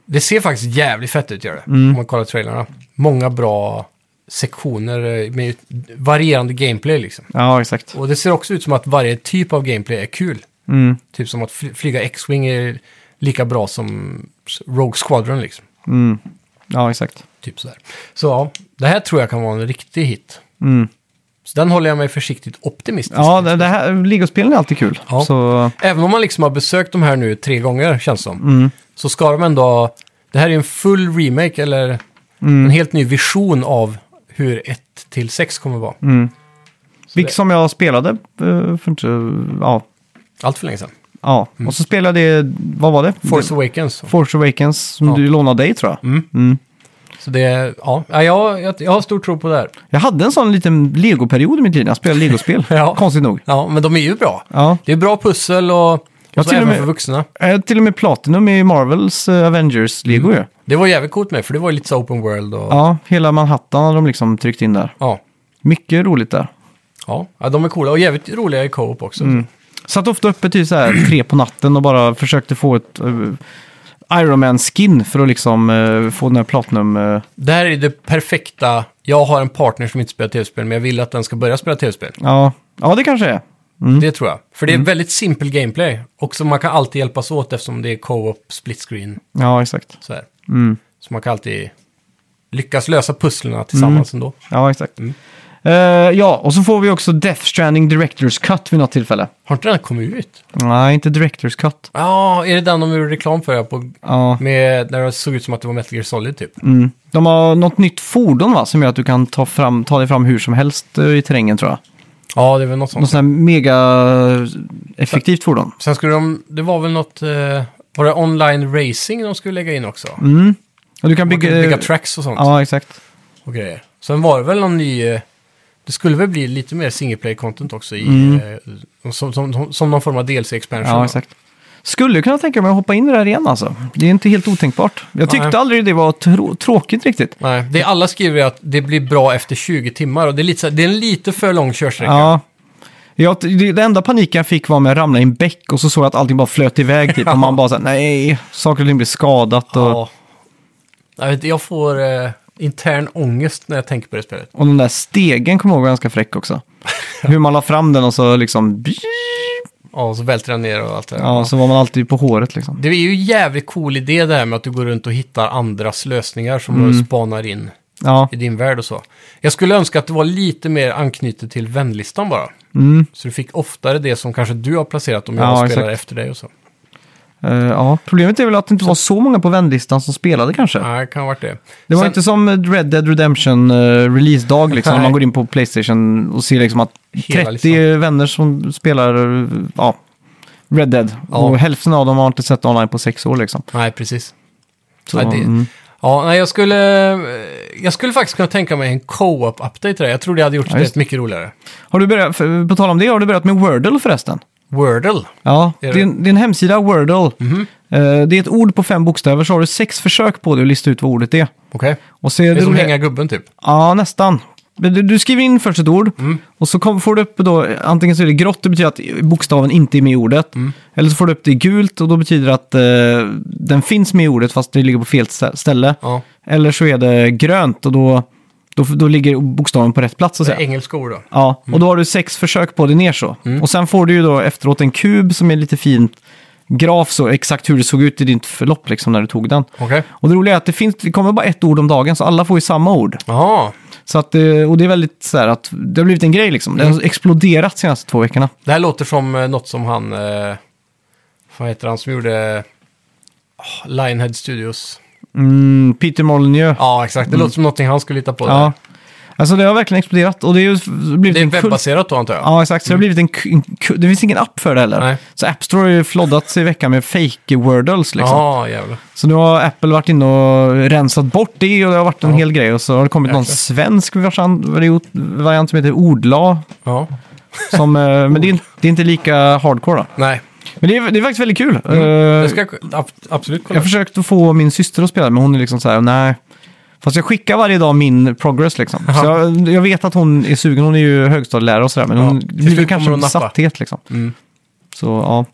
Speaker 2: Det ser faktiskt jävligt fett ut gör det. Om man kollar trailerna. Många bra sektioner eh, med varierande gameplay liksom.
Speaker 1: Ja, exakt.
Speaker 2: Och det ser också ut som att varje typ av gameplay är kul.
Speaker 1: Mm.
Speaker 2: Typ som att fly- flyga X-Wing är lika bra som Rogue Squadron liksom.
Speaker 1: Mm. Ja, exakt.
Speaker 2: Typ sådär. Så ja, det här tror jag kan vara en riktig hit.
Speaker 1: Mm.
Speaker 2: Så den håller jag mig försiktigt optimistisk.
Speaker 1: Ja, det, det här, ligospelen är alltid kul.
Speaker 2: Ja.
Speaker 1: Så,
Speaker 2: Även om man liksom har besökt de här nu tre gånger, känns som.
Speaker 1: Mm.
Speaker 2: Så ska de ändå... Det här är en full remake, eller
Speaker 1: Mm.
Speaker 2: en helt ny vision av hur 1-6 kommer vara.
Speaker 1: Mm. vilket som jag spelade eh, för inte, ja,
Speaker 2: Allt för länge sedan.
Speaker 1: ja. Och så spelade jag, vad var det?
Speaker 2: Mm. Force
Speaker 1: det,
Speaker 2: Awakens.
Speaker 1: Force Awakens, som
Speaker 2: Ja. Mm.
Speaker 1: du lånade dig tror jag.
Speaker 2: Så det... Ja, ja jag, jag, jag har stor tro på det här.
Speaker 1: Jag hade en sån liten legoperiod i mitt liv när jag spelade legospel,
Speaker 2: Ja.
Speaker 1: konstigt nog.
Speaker 2: Ja, men de är ju bra.
Speaker 1: Ja.
Speaker 2: Det är bra pussel och, och
Speaker 1: Ja,
Speaker 2: så
Speaker 1: till och
Speaker 2: även
Speaker 1: med-
Speaker 2: för vuxna.
Speaker 1: Eh, Till och med Platinum i Marvels eh, Avengers-lego ju.
Speaker 2: Det var jävligt coolt med, för det var ju lite så open world och... Ja.
Speaker 1: Ja, hela Manhattan har de liksom tryckt in där.
Speaker 2: Ja,
Speaker 1: Mycket roligt där.
Speaker 2: ja. de är coola och jävligt roliga i co-op också.
Speaker 1: Mm. Satt ofta uppe till så här tre på natten och bara försökte få ett eh, Iron Man-skin för att liksom eh, få den här Platinum... eh,
Speaker 2: Det här är det perfekta. Jag har en partner som inte spelar tv-spel, men jag vill att den ska börja spela tv-spel.
Speaker 1: ja. ja, det kanske är.
Speaker 2: Det tror jag. För det är
Speaker 1: Mm.
Speaker 2: väldigt simpel gameplay. Och så man kan alltid hjälpas åt eftersom det är co-op, split screen.
Speaker 1: Ja, exakt.
Speaker 2: Så, här.
Speaker 1: Mm.
Speaker 2: så man kan alltid lyckas lösa pusslen tillsammans
Speaker 1: Mm.
Speaker 2: ändå.
Speaker 1: Ja, exakt. Eh, ja, och så får vi också Death Stranding Directors Cut vid något tillfälle.
Speaker 2: Har inte den kommit ut?
Speaker 1: Nej, inte Directors Cut.
Speaker 2: Ja, är det den de gjorde reklam för? På,
Speaker 1: Ja.
Speaker 2: med, när det såg ut som att det var Metal Gear Solid typ.
Speaker 1: Mm. De har något nytt fordon va, som gör att du kan ta, fram, ta dig fram hur som helst eh, i terrängen tror jag.
Speaker 2: Ja, det var något sånt.
Speaker 1: Något sånt här mega eh, effektivt fordon.
Speaker 2: Sen skulle de, det var väl något, eh, var det online racing de skulle lägga in också?
Speaker 1: Mm. Och du kan
Speaker 2: Man
Speaker 1: bygga...
Speaker 2: kunde bygga tracks och sånt
Speaker 1: Ja, exakt.
Speaker 2: och grejer. Sen var det väl någon ny, eh, det skulle väl bli lite mer single play content också i, eh, som, som, som någon form av DLC-expansion.
Speaker 1: Mm. Ja, exakt. Skulle kunna tänka mig att hoppa in i det här igen alltså. Det är inte helt otänkbart. Jag tyckte
Speaker 2: Nej.
Speaker 1: aldrig det var trå- tråkigt riktigt.
Speaker 2: Nej, det alla skriver är att det blir bra efter 20 timmar och det är, lite, så här- det är en lite för lång körsträcka.
Speaker 1: Ja. Jag, det, det enda paniken jag fick var med att ramla i en bäck och så såg jag att allting bara flöt iväg typ. Och man bara såhär, nej, saker och ting blir skadat. Och,
Speaker 2: Ja. Jag, vet, inte, jag får eh, intern ångest när jag tänker på det spelet.
Speaker 1: och den där stegen kommer jag ihåg var ganska fräck också. Hur man la fram den och så liksom,
Speaker 2: Ja, och så välter den ner och allt det där.
Speaker 1: ja, så var man alltid på håret liksom.
Speaker 2: Det är ju en jävligt cool idé det här med att du går runt och hittar andras lösningar som du
Speaker 1: Mm.
Speaker 2: spanar in
Speaker 1: Ja,
Speaker 2: i din värld och så. Jag skulle önska att det var lite mer anknutet till vänlistan bara.
Speaker 1: mm.
Speaker 2: Så du fick oftare det som kanske du har placerat om jag
Speaker 1: Ja,
Speaker 2: spelar
Speaker 1: exakt.
Speaker 2: efter dig och så.
Speaker 1: Eh, ja. Problemet är väl att det inte var så många på vänlistan som spelade kanske.
Speaker 2: Nej, det kan ha varit det.
Speaker 1: Det var
Speaker 2: Sen-
Speaker 1: inte som Red Dead Redemption eh, release-dag, liksom, när
Speaker 2: Nej.
Speaker 1: man går in på Playstation och ser liksom att
Speaker 2: Hela
Speaker 1: 30
Speaker 2: listan.
Speaker 1: vänner som spelar eh, ja, Red Dead.
Speaker 2: Ja.
Speaker 1: Och hälften av dem har inte sett online på sex år. Liksom.
Speaker 2: Nej, precis.
Speaker 1: Så,
Speaker 2: Nej, det-
Speaker 1: mm.
Speaker 2: Ja, nej, jag skulle, jag skulle faktiskt kunna tänka mig en co-op-update till det. Jag tror det hade gjort
Speaker 1: just
Speaker 2: spelet mycket roligare.
Speaker 1: Har du börjat, för, på tal om det, har du börjat med Wordle förresten?
Speaker 2: Wordle.
Speaker 1: Ja,
Speaker 2: Är det? Mhm.
Speaker 1: din, din hemsida Wordle. Eh, det är ett ord på fem bokstäver, så har du sex försök på dig att lista ut vad ordet är.
Speaker 2: Okej.
Speaker 1: Och så
Speaker 2: Det är som
Speaker 1: roliga-
Speaker 2: hänga gubben typ.
Speaker 1: Ja, nästan. Men Du, du skriver in först ett ord och så kom, får du upp då, antingen så är det grått, det betyder att bokstaven inte är med i ordet. Eller så får du upp det i gult och då betyder det att eh, den finns med i ordet fast det ligger på fel stä- ställe.
Speaker 2: Ja.
Speaker 1: Eller så är det grönt och då, då, då ligger bokstaven på rätt plats. Så att
Speaker 2: Det
Speaker 1: säga.
Speaker 2: är engelska ord då.
Speaker 1: Ja, och då har du sex försök på det ner så. Och sen får du ju då efteråt en kub som är lite fint graf så, exakt hur det såg ut i ditt förlopp liksom när du tog den.
Speaker 2: Okej.
Speaker 1: Och det roliga är att det, finns, det kommer bara ett ord om dagen så alla får ju samma ord.
Speaker 2: Jaha.
Speaker 1: Så att, eh, och det är väldigt så här att det har blivit en grej liksom. Det
Speaker 2: Mm.
Speaker 1: har exploderat de senaste två veckorna.
Speaker 2: Det här låter som eh, något som han... Eh, vad heter han som gjorde... ah, Lionhead Studios. Mm.
Speaker 1: Mm, Peter Molyneux. Ja.
Speaker 2: Ja, exakt. Det låter som någonting han skulle hitta på. där.
Speaker 1: Alltså det har verkligen exploderat och det är ju f- blivit
Speaker 2: Det är
Speaker 1: en kul-
Speaker 2: webbaserat då, antar jag.
Speaker 1: Ja, exakt. Så det har blivit en, k- en k- Det finns ingen app för det heller.
Speaker 2: Nej.
Speaker 1: Så App Store har ju floddat sig i veckan med fake wordles liksom.
Speaker 2: Ja, jävlar.
Speaker 1: Så nu har Apple varit inne och rensat bort det och det har varit en
Speaker 2: Ja.
Speaker 1: hel grej. Och så har det kommit någon
Speaker 2: Jäklar.
Speaker 1: svensk variant, variant- variant som heter Odla.
Speaker 2: Ja.
Speaker 1: Som, eh, men det är, det är inte lika hardcore då.
Speaker 2: Nej,
Speaker 1: Men det är, det är faktiskt väldigt kul. Eh,
Speaker 2: jag Mm. ska ab absolut kolla.
Speaker 1: Jag försökte få min syster att spela, men hon är liksom så här, nej. Fast jag skickar varje dag min progress liksom.
Speaker 2: Jaha.
Speaker 1: Så jag, jag vet att hon är sugen, hon är ju högstadielärare och sådär, men
Speaker 2: Ja,
Speaker 1: hon
Speaker 2: till
Speaker 1: blir
Speaker 2: slut
Speaker 1: kanske
Speaker 2: kommer hon
Speaker 1: en
Speaker 2: nappa.
Speaker 1: besatthet liksom.
Speaker 2: Mm.
Speaker 1: Så ja,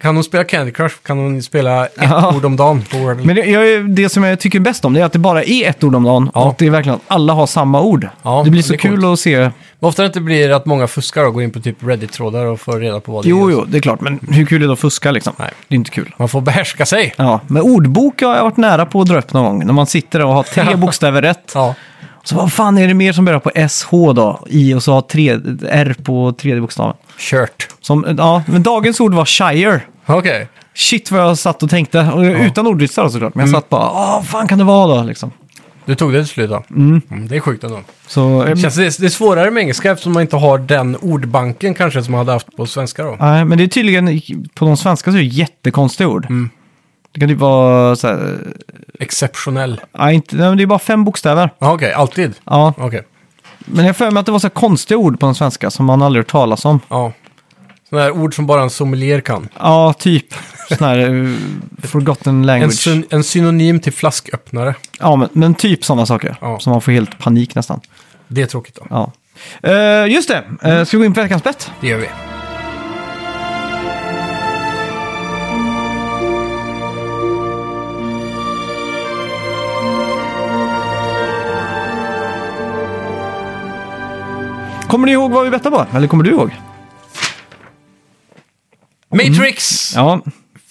Speaker 2: Kan hon spela Candy Crush kan hon spela ett
Speaker 1: Ja.
Speaker 2: ord om dagen på Wordle.
Speaker 1: Men det, jag, det som jag tycker bäst om det är att det bara är ett ord om dagen
Speaker 2: Ja.
Speaker 1: och att det är verkligen att alla har samma ord.
Speaker 2: Ja,
Speaker 1: det blir
Speaker 2: det
Speaker 1: så
Speaker 2: är
Speaker 1: kul att se.
Speaker 2: Men ofta det inte blir att många fuskar och går in på typ Reddit-trådar och får reda på vad det
Speaker 1: Jo,
Speaker 2: är.
Speaker 1: jo, det är klart, men hur kul är det att fuska liksom?
Speaker 2: Nej.
Speaker 1: Det är inte kul.
Speaker 2: Man får behärska sig.
Speaker 1: Ja, men ordbok har jag varit nära på att dra upp någon gång. När man sitter och har tre bokstäver rätt.
Speaker 2: Ja.
Speaker 1: Så vad fan är det mer som börjar på SH då? I och så har tre, R på tredje bokstaven.
Speaker 2: Kört.
Speaker 1: Som, ja, men dagens ord var Shire.
Speaker 2: Okej.
Speaker 1: Shit vad jag satt och tänkte. Och Utan ordvitsar då såklart, men jag satt bara, "Åh, vad fan kan det vara då? Liksom.
Speaker 2: Du tog det till slut då? Mm. det är sjukt ändå.
Speaker 1: Så, eh,
Speaker 2: Känns det, det är svårare med engelska eftersom man inte har den ordbanken kanske som man hade haft på svenska då.
Speaker 1: nej, men det är tydligen, på de svenska så är det jättekonstiga ord. Det kan typ vara så här,
Speaker 2: Exceptionell.
Speaker 1: nej, inte, nej, men det är bara fem bokstäver.
Speaker 2: Ja, Okej, alltid.
Speaker 1: Ja,
Speaker 2: Okej.
Speaker 1: men jag har för mig att det var så här konstiga ord på den svenska som man aldrig hört talas om.
Speaker 2: Ja. Sådana här ord som bara en sommelier kan.
Speaker 1: Ja, typ. Sån här eh, forgotten
Speaker 2: En,
Speaker 1: language.
Speaker 2: syn, en synonym till flasköppnare.
Speaker 1: Ja, men, men typ sådana saker.
Speaker 2: Ja.
Speaker 1: Som man får helt panik nästan.
Speaker 2: Det är tråkigt då.
Speaker 1: Ja. Eh, just det, Eh, ska vi gå in på veckans bett?
Speaker 2: Det gör vi.
Speaker 1: Kommer ni ihåg vad vi bettade på? Eller kommer du ihåg?
Speaker 2: Matrix!
Speaker 1: Mm. Ja.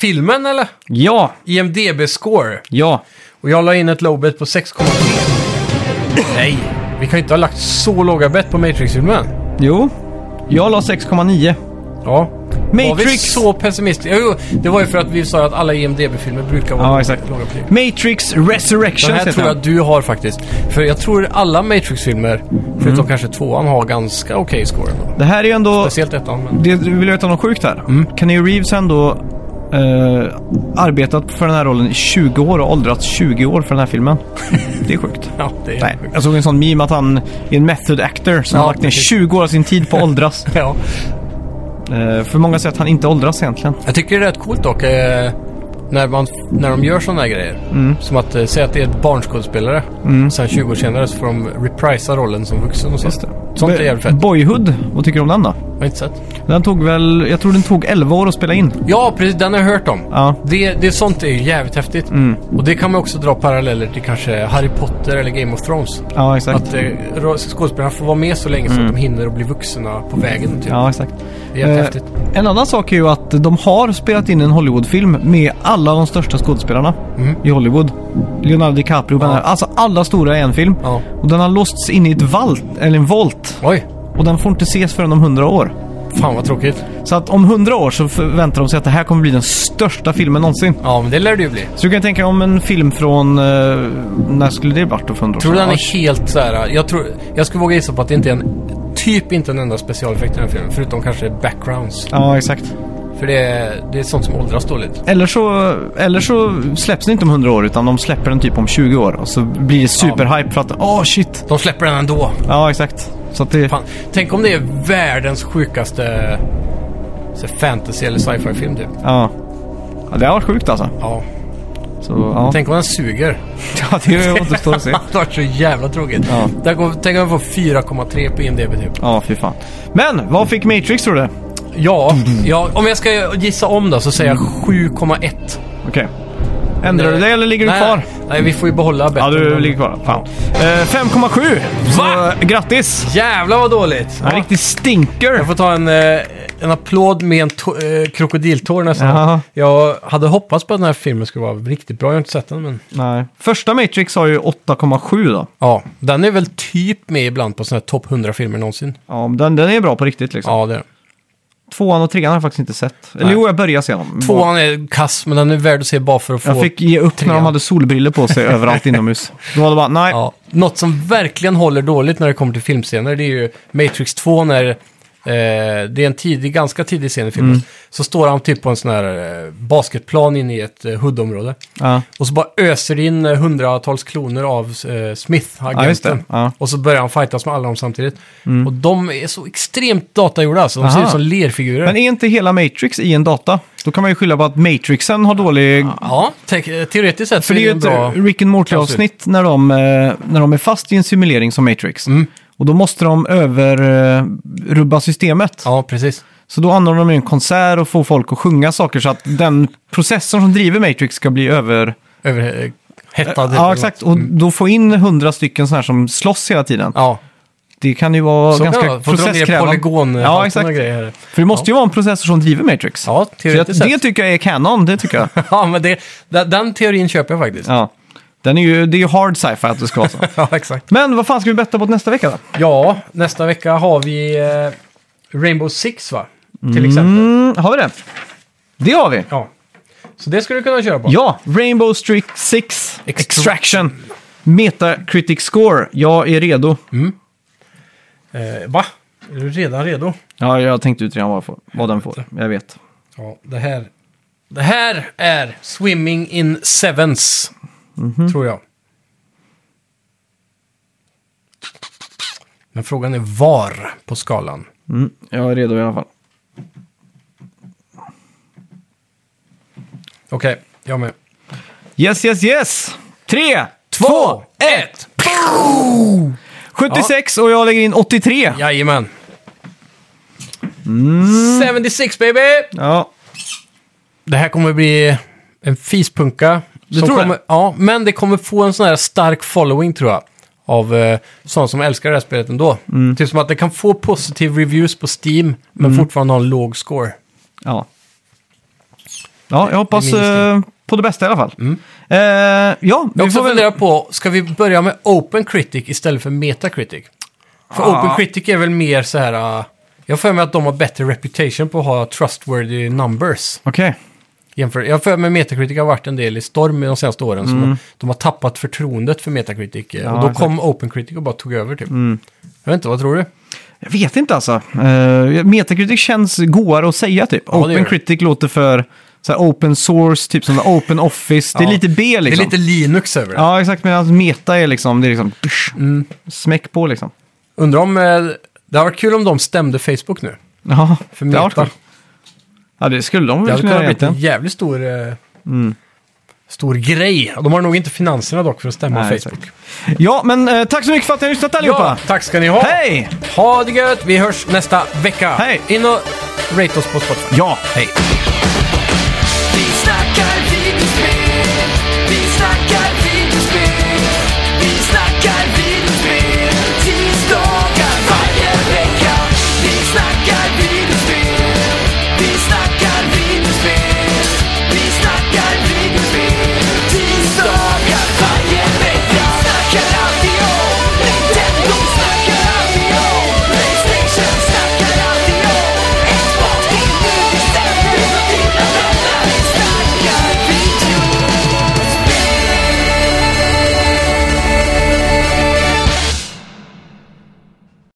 Speaker 2: Filmen eller?
Speaker 1: Ja,
Speaker 2: IMDB-score.
Speaker 1: ja.
Speaker 2: Och jag la in ett lowbet på 6,3. Nej, vi kan ju inte ha lagt så låga bet på Matrix-filmen.
Speaker 1: Jo. Jag la 6,9.
Speaker 2: Ja. Var vi
Speaker 1: Matrix.
Speaker 2: så pessimistiska? Jo, jo, det var ju för att vi sa att alla IMDB-filmer brukar vara
Speaker 1: Ja, exakt.
Speaker 2: låga betyg.
Speaker 1: Matrix Resurrection
Speaker 2: Den här
Speaker 1: heter
Speaker 2: tror jag
Speaker 1: den.
Speaker 2: du har faktiskt. För jag tror alla Matrix-filmer, förutom
Speaker 1: Mm.
Speaker 2: kanske tvåan, har ganska okej score. ändå.
Speaker 1: Det här är ju ändå...
Speaker 2: Speciellt ettan, men...
Speaker 1: Det, du vill veta något sjukt här?
Speaker 2: Mm.
Speaker 1: Kenny Reeves har ändå eh, arbetat för den här rollen i 20 år och åldrats 20 år för den här filmen. Det är sjukt.
Speaker 2: Ja, det är
Speaker 1: Nej, jag såg en sån meme att han är en method actor som
Speaker 2: Ja,
Speaker 1: har lagt ner
Speaker 2: precis.
Speaker 1: 20 år av sin tid på att åldras.
Speaker 2: Ja.
Speaker 1: Eh, för många säger att han inte åldras egentligen.
Speaker 2: Jag tycker det är rätt coolt dock. Eh, när, man, när de gör sådana här grejer.
Speaker 1: Mm.
Speaker 2: Som att eh, säga att det är ett barnskådespelare. Sen 20 år senare så får de reprisa rollen som vuxen och sånt. Sånt är jävligt fett.
Speaker 1: Boyhood, vad tycker du om den då?
Speaker 2: Jag har inte sett.
Speaker 1: Den tog väl, jag tror den tog 11 år att spela in.
Speaker 2: Ja, precis. Den har jag hört om.
Speaker 1: Ja. Mm.
Speaker 2: Det, det, sånt är ju jävligt häftigt. Och det kan man också dra paralleller till kanske Harry Potter eller Game of Thrones.
Speaker 1: Ja, exakt.
Speaker 2: Att eh, ro- skådespelarna får vara med så länge så att de hinner att bli vuxna på vägen. Typ.
Speaker 1: Ja, exakt. Eh,
Speaker 2: Det är jättehäftigt.
Speaker 1: en annan sak är ju att de har spelat in en Hollywoodfilm med alla de största skådespelarna
Speaker 2: Mm.
Speaker 1: i Hollywood. Leonardo DiCaprio, ja. alltså alla stora i en film.
Speaker 2: Ja.
Speaker 1: Och den har låsts in i ett valt, eller en volt.
Speaker 2: Oj,
Speaker 1: Och den får inte ses förrän om 100 år.
Speaker 2: fan vad tråkigt.
Speaker 1: Så att om 100 år så förväntar de sig att det här kommer bli den största filmen någonsin.
Speaker 2: Ja, men det lär det ju bli.
Speaker 1: Så du kan tänka om en film från... eh, när skulle det varit då för 100 år
Speaker 2: Tror du
Speaker 1: sedan?
Speaker 2: den är helt så här... Jag, tror, jag skulle våga gissa på att det inte är en... Typ inte en enda specialeffekt i den här filmen. Förutom kanske backgrounds.
Speaker 1: Ja, exakt.
Speaker 2: För det är, det är sånt som åldras dåligt.
Speaker 1: Eller så, eller så släpps den inte om 100 år utan de släpper den typ om 20 år och så blir det superhype för att åh shit.
Speaker 2: De släpper den ändå.
Speaker 1: Ja, exakt. Så att det...
Speaker 2: Fan. Tänk om det är världens sjukaste så här, fantasy eller sci-fi film typ.
Speaker 1: Ja. ja. Det har varit sjukt alltså.
Speaker 2: Ja.
Speaker 1: Så, ja.
Speaker 2: Tänk om den suger.
Speaker 1: ja, det återstår att se.
Speaker 2: Det har varit så jävla tråkigt.
Speaker 1: Ja.
Speaker 2: Där går- Tänk om den får 4,3 på IMDB typ.
Speaker 1: Ja, fy fan. Men, vad fick Matrix tror du?
Speaker 2: Ja, ja, om jag ska gissa om då så säger jag 7,1.
Speaker 1: Okej. Ändrar du det eller ligger du
Speaker 2: Nej,
Speaker 1: kvar?
Speaker 2: Nej, vi får ju behålla bättre.
Speaker 1: Ja, du ligger kvar. Fan. Eh, 5,7!
Speaker 2: Va?
Speaker 1: Så, grattis!
Speaker 2: Jävlar vad dåligt!
Speaker 1: En riktig stinker!
Speaker 2: Jag får ta en, eh, en applåd med en to- eh, krokodiltår nästan.
Speaker 1: Jaha.
Speaker 2: Jag hade hoppats på att den här filmen skulle vara riktigt bra. Jag har inte sett den, men...
Speaker 1: Nej. Första Matrix har ju 8,7 då.
Speaker 2: Ja, den är väl typ med ibland på sådana här topp 100-filmer någonsin.
Speaker 1: Ja, men den, den är bra på riktigt liksom.
Speaker 2: Ja, det är den.
Speaker 1: Tvåan och trean har jag faktiskt inte sett. Eller
Speaker 2: Nej.
Speaker 1: jo, jag började se dem.
Speaker 2: Tvåan är kass, men den är värd att se bara för att få...
Speaker 1: Jag fick ge upp när
Speaker 2: trean.
Speaker 1: de hade solbriller på sig överallt inomhus. Då var det bara, nej.
Speaker 2: Ja. Något som verkligen håller dåligt när det kommer till filmscener, det är ju Matrix 2 när eh, det är en tidig, ganska tidig scen i filmen.
Speaker 1: Mm.
Speaker 2: Så står han typ på en sån här eh, basketplan inne i ett eh, hoodområde.
Speaker 1: Ja.
Speaker 2: Och så bara öser det in eh, hundratals kloner av eh, Smith,
Speaker 1: Ja, just
Speaker 2: agenten.
Speaker 1: det. Ja. Mm.
Speaker 2: Och så börjar han fightas med alla dem samtidigt. Och de är så extremt datagjorda, alltså. De ser
Speaker 1: Aha.
Speaker 2: ut som lerfigurer.
Speaker 1: Men är inte hela Matrix i en data? Då kan man ju skylla på att Matrixen har dålig...
Speaker 2: Ja, te- teoretiskt sett
Speaker 1: För det är ju
Speaker 2: en bra...
Speaker 1: ett Rick and Morty-avsnitt när de, eh, när de är fast i en Mm. simulering som Matrix. Och då måste de överrubba systemet.
Speaker 2: Ja, precis.
Speaker 1: Så då anordnar de ju en konsert och får folk att sjunga saker så att den processorn som driver Matrix ska bli över...
Speaker 2: eh, Överhettad.
Speaker 1: Ja, exakt. Och då få in hundra stycken sådana här som slåss hela tiden.
Speaker 2: Mm. Ja,
Speaker 1: Det kan ju vara
Speaker 2: så
Speaker 1: ganska
Speaker 2: kan det vara. Får dra ner
Speaker 1: processkrävande.
Speaker 2: polygon eh,
Speaker 1: Ja, exakt.
Speaker 2: och grejer.
Speaker 1: För det måste ju vara en processor som driver Matrix.
Speaker 2: Ja,
Speaker 1: Så jag,
Speaker 2: teoretiskt
Speaker 1: det
Speaker 2: sett.
Speaker 1: tycker jag är kanon, det tycker jag.
Speaker 2: Ja, men det, den, den teorin köper jag faktiskt.
Speaker 1: Ja. Den är ju, det är ju hard sci-fi att det ska vara så.
Speaker 2: Ja, exakt.
Speaker 1: Men vad fan ska vi betta på nästa vecka då?
Speaker 2: Ja, nästa vecka har vi eh, Rainbow Six, va? Till exempel.
Speaker 1: Mm, har vi det? Det har vi.
Speaker 2: Ja. Så det skulle du kunna köra på.
Speaker 1: Ja, Rainbow Streak 6 Extraction. Metacritic Score. Jag är redo.
Speaker 2: Eh, va? Är du redan redo?
Speaker 1: Ja, jag tänkte ut redan vad, jag får, vad den får. Jag vet.
Speaker 2: Ja, det här. Det här är Swimming in Sevens.
Speaker 1: Mhm.
Speaker 2: Tror jag. Men frågan är var på skalan?
Speaker 1: Mm, jag är redo i alla fall.
Speaker 2: Okej, jag med.
Speaker 1: Yes, yes, yes! 3, 2,
Speaker 2: Två, ett!
Speaker 1: 76 och jag lägger in 83.
Speaker 2: Jajamän. 76 baby!
Speaker 1: Ja.
Speaker 2: Det här kommer bli en fispunka. Du
Speaker 1: tror det?
Speaker 2: kommer, Ja, men det kommer få en sån här stark following tror jag. Av eh, sådana som älskar det här spelet ändå. Typ som att det kan få positiv reviews på Steam, men fortfarande ha en låg score.
Speaker 1: Ja. Ja, jag hoppas
Speaker 2: Det är Mm.
Speaker 1: eh, på det bästa i alla fall. Eh, ja,
Speaker 2: Jag
Speaker 1: vi
Speaker 2: också
Speaker 1: får väl...
Speaker 2: funderar på, ska vi börja med Open Critic istället för Metacritic? För
Speaker 1: Ah.
Speaker 2: Open Critic är väl mer så här... eh, jag har för mig att de har bättre reputation på att ha trustworthy numbers.
Speaker 1: Okej.
Speaker 2: Jämför, jag har för mig Metacritic har varit en del i storm de senaste åren. Så de- de har tappat förtroendet för Metacritic. eh,
Speaker 1: Mm. Ja,
Speaker 2: och då
Speaker 1: exakt. Mm.
Speaker 2: kom Open Critic och bara tog över typ. Jag vet inte, vad tror du?
Speaker 1: Jag vet inte alltså. Eh, Metacritic känns goare att säga typ.
Speaker 2: det gör
Speaker 1: open
Speaker 2: det.
Speaker 1: Critic låter för så här, open source, typ som open office. Det är
Speaker 2: Ja.
Speaker 1: lite B liksom.
Speaker 2: Det är lite Linux över det.
Speaker 1: Ja, exakt. Medan meta är liksom, det är liksom
Speaker 2: Mm.
Speaker 1: smäck på liksom.
Speaker 2: Undrar om... eh, Det har varit kul om de stämde Facebook nu.
Speaker 1: Ja,
Speaker 2: För Meta.
Speaker 1: Det, hade varit kul. ja, det skulle de
Speaker 2: Det
Speaker 1: väl
Speaker 2: hade
Speaker 1: kunna
Speaker 2: kunnat
Speaker 1: göra
Speaker 2: blivit en
Speaker 1: egentligen. Mm.
Speaker 2: jävligt stor, eh, stor grej. De har nog inte finanserna dock för att stämma
Speaker 1: Nej,
Speaker 2: Facebook.
Speaker 1: Ja, men eh, tack så mycket för att ni har lyssnat
Speaker 2: Ja,
Speaker 1: allihopa.
Speaker 2: tack ska ni ha.
Speaker 1: Hej!
Speaker 2: Ha det gött. Vi hörs nästa vecka.
Speaker 1: Hej.
Speaker 2: In och rate oss på Spotify.
Speaker 1: Ja,
Speaker 2: Hej.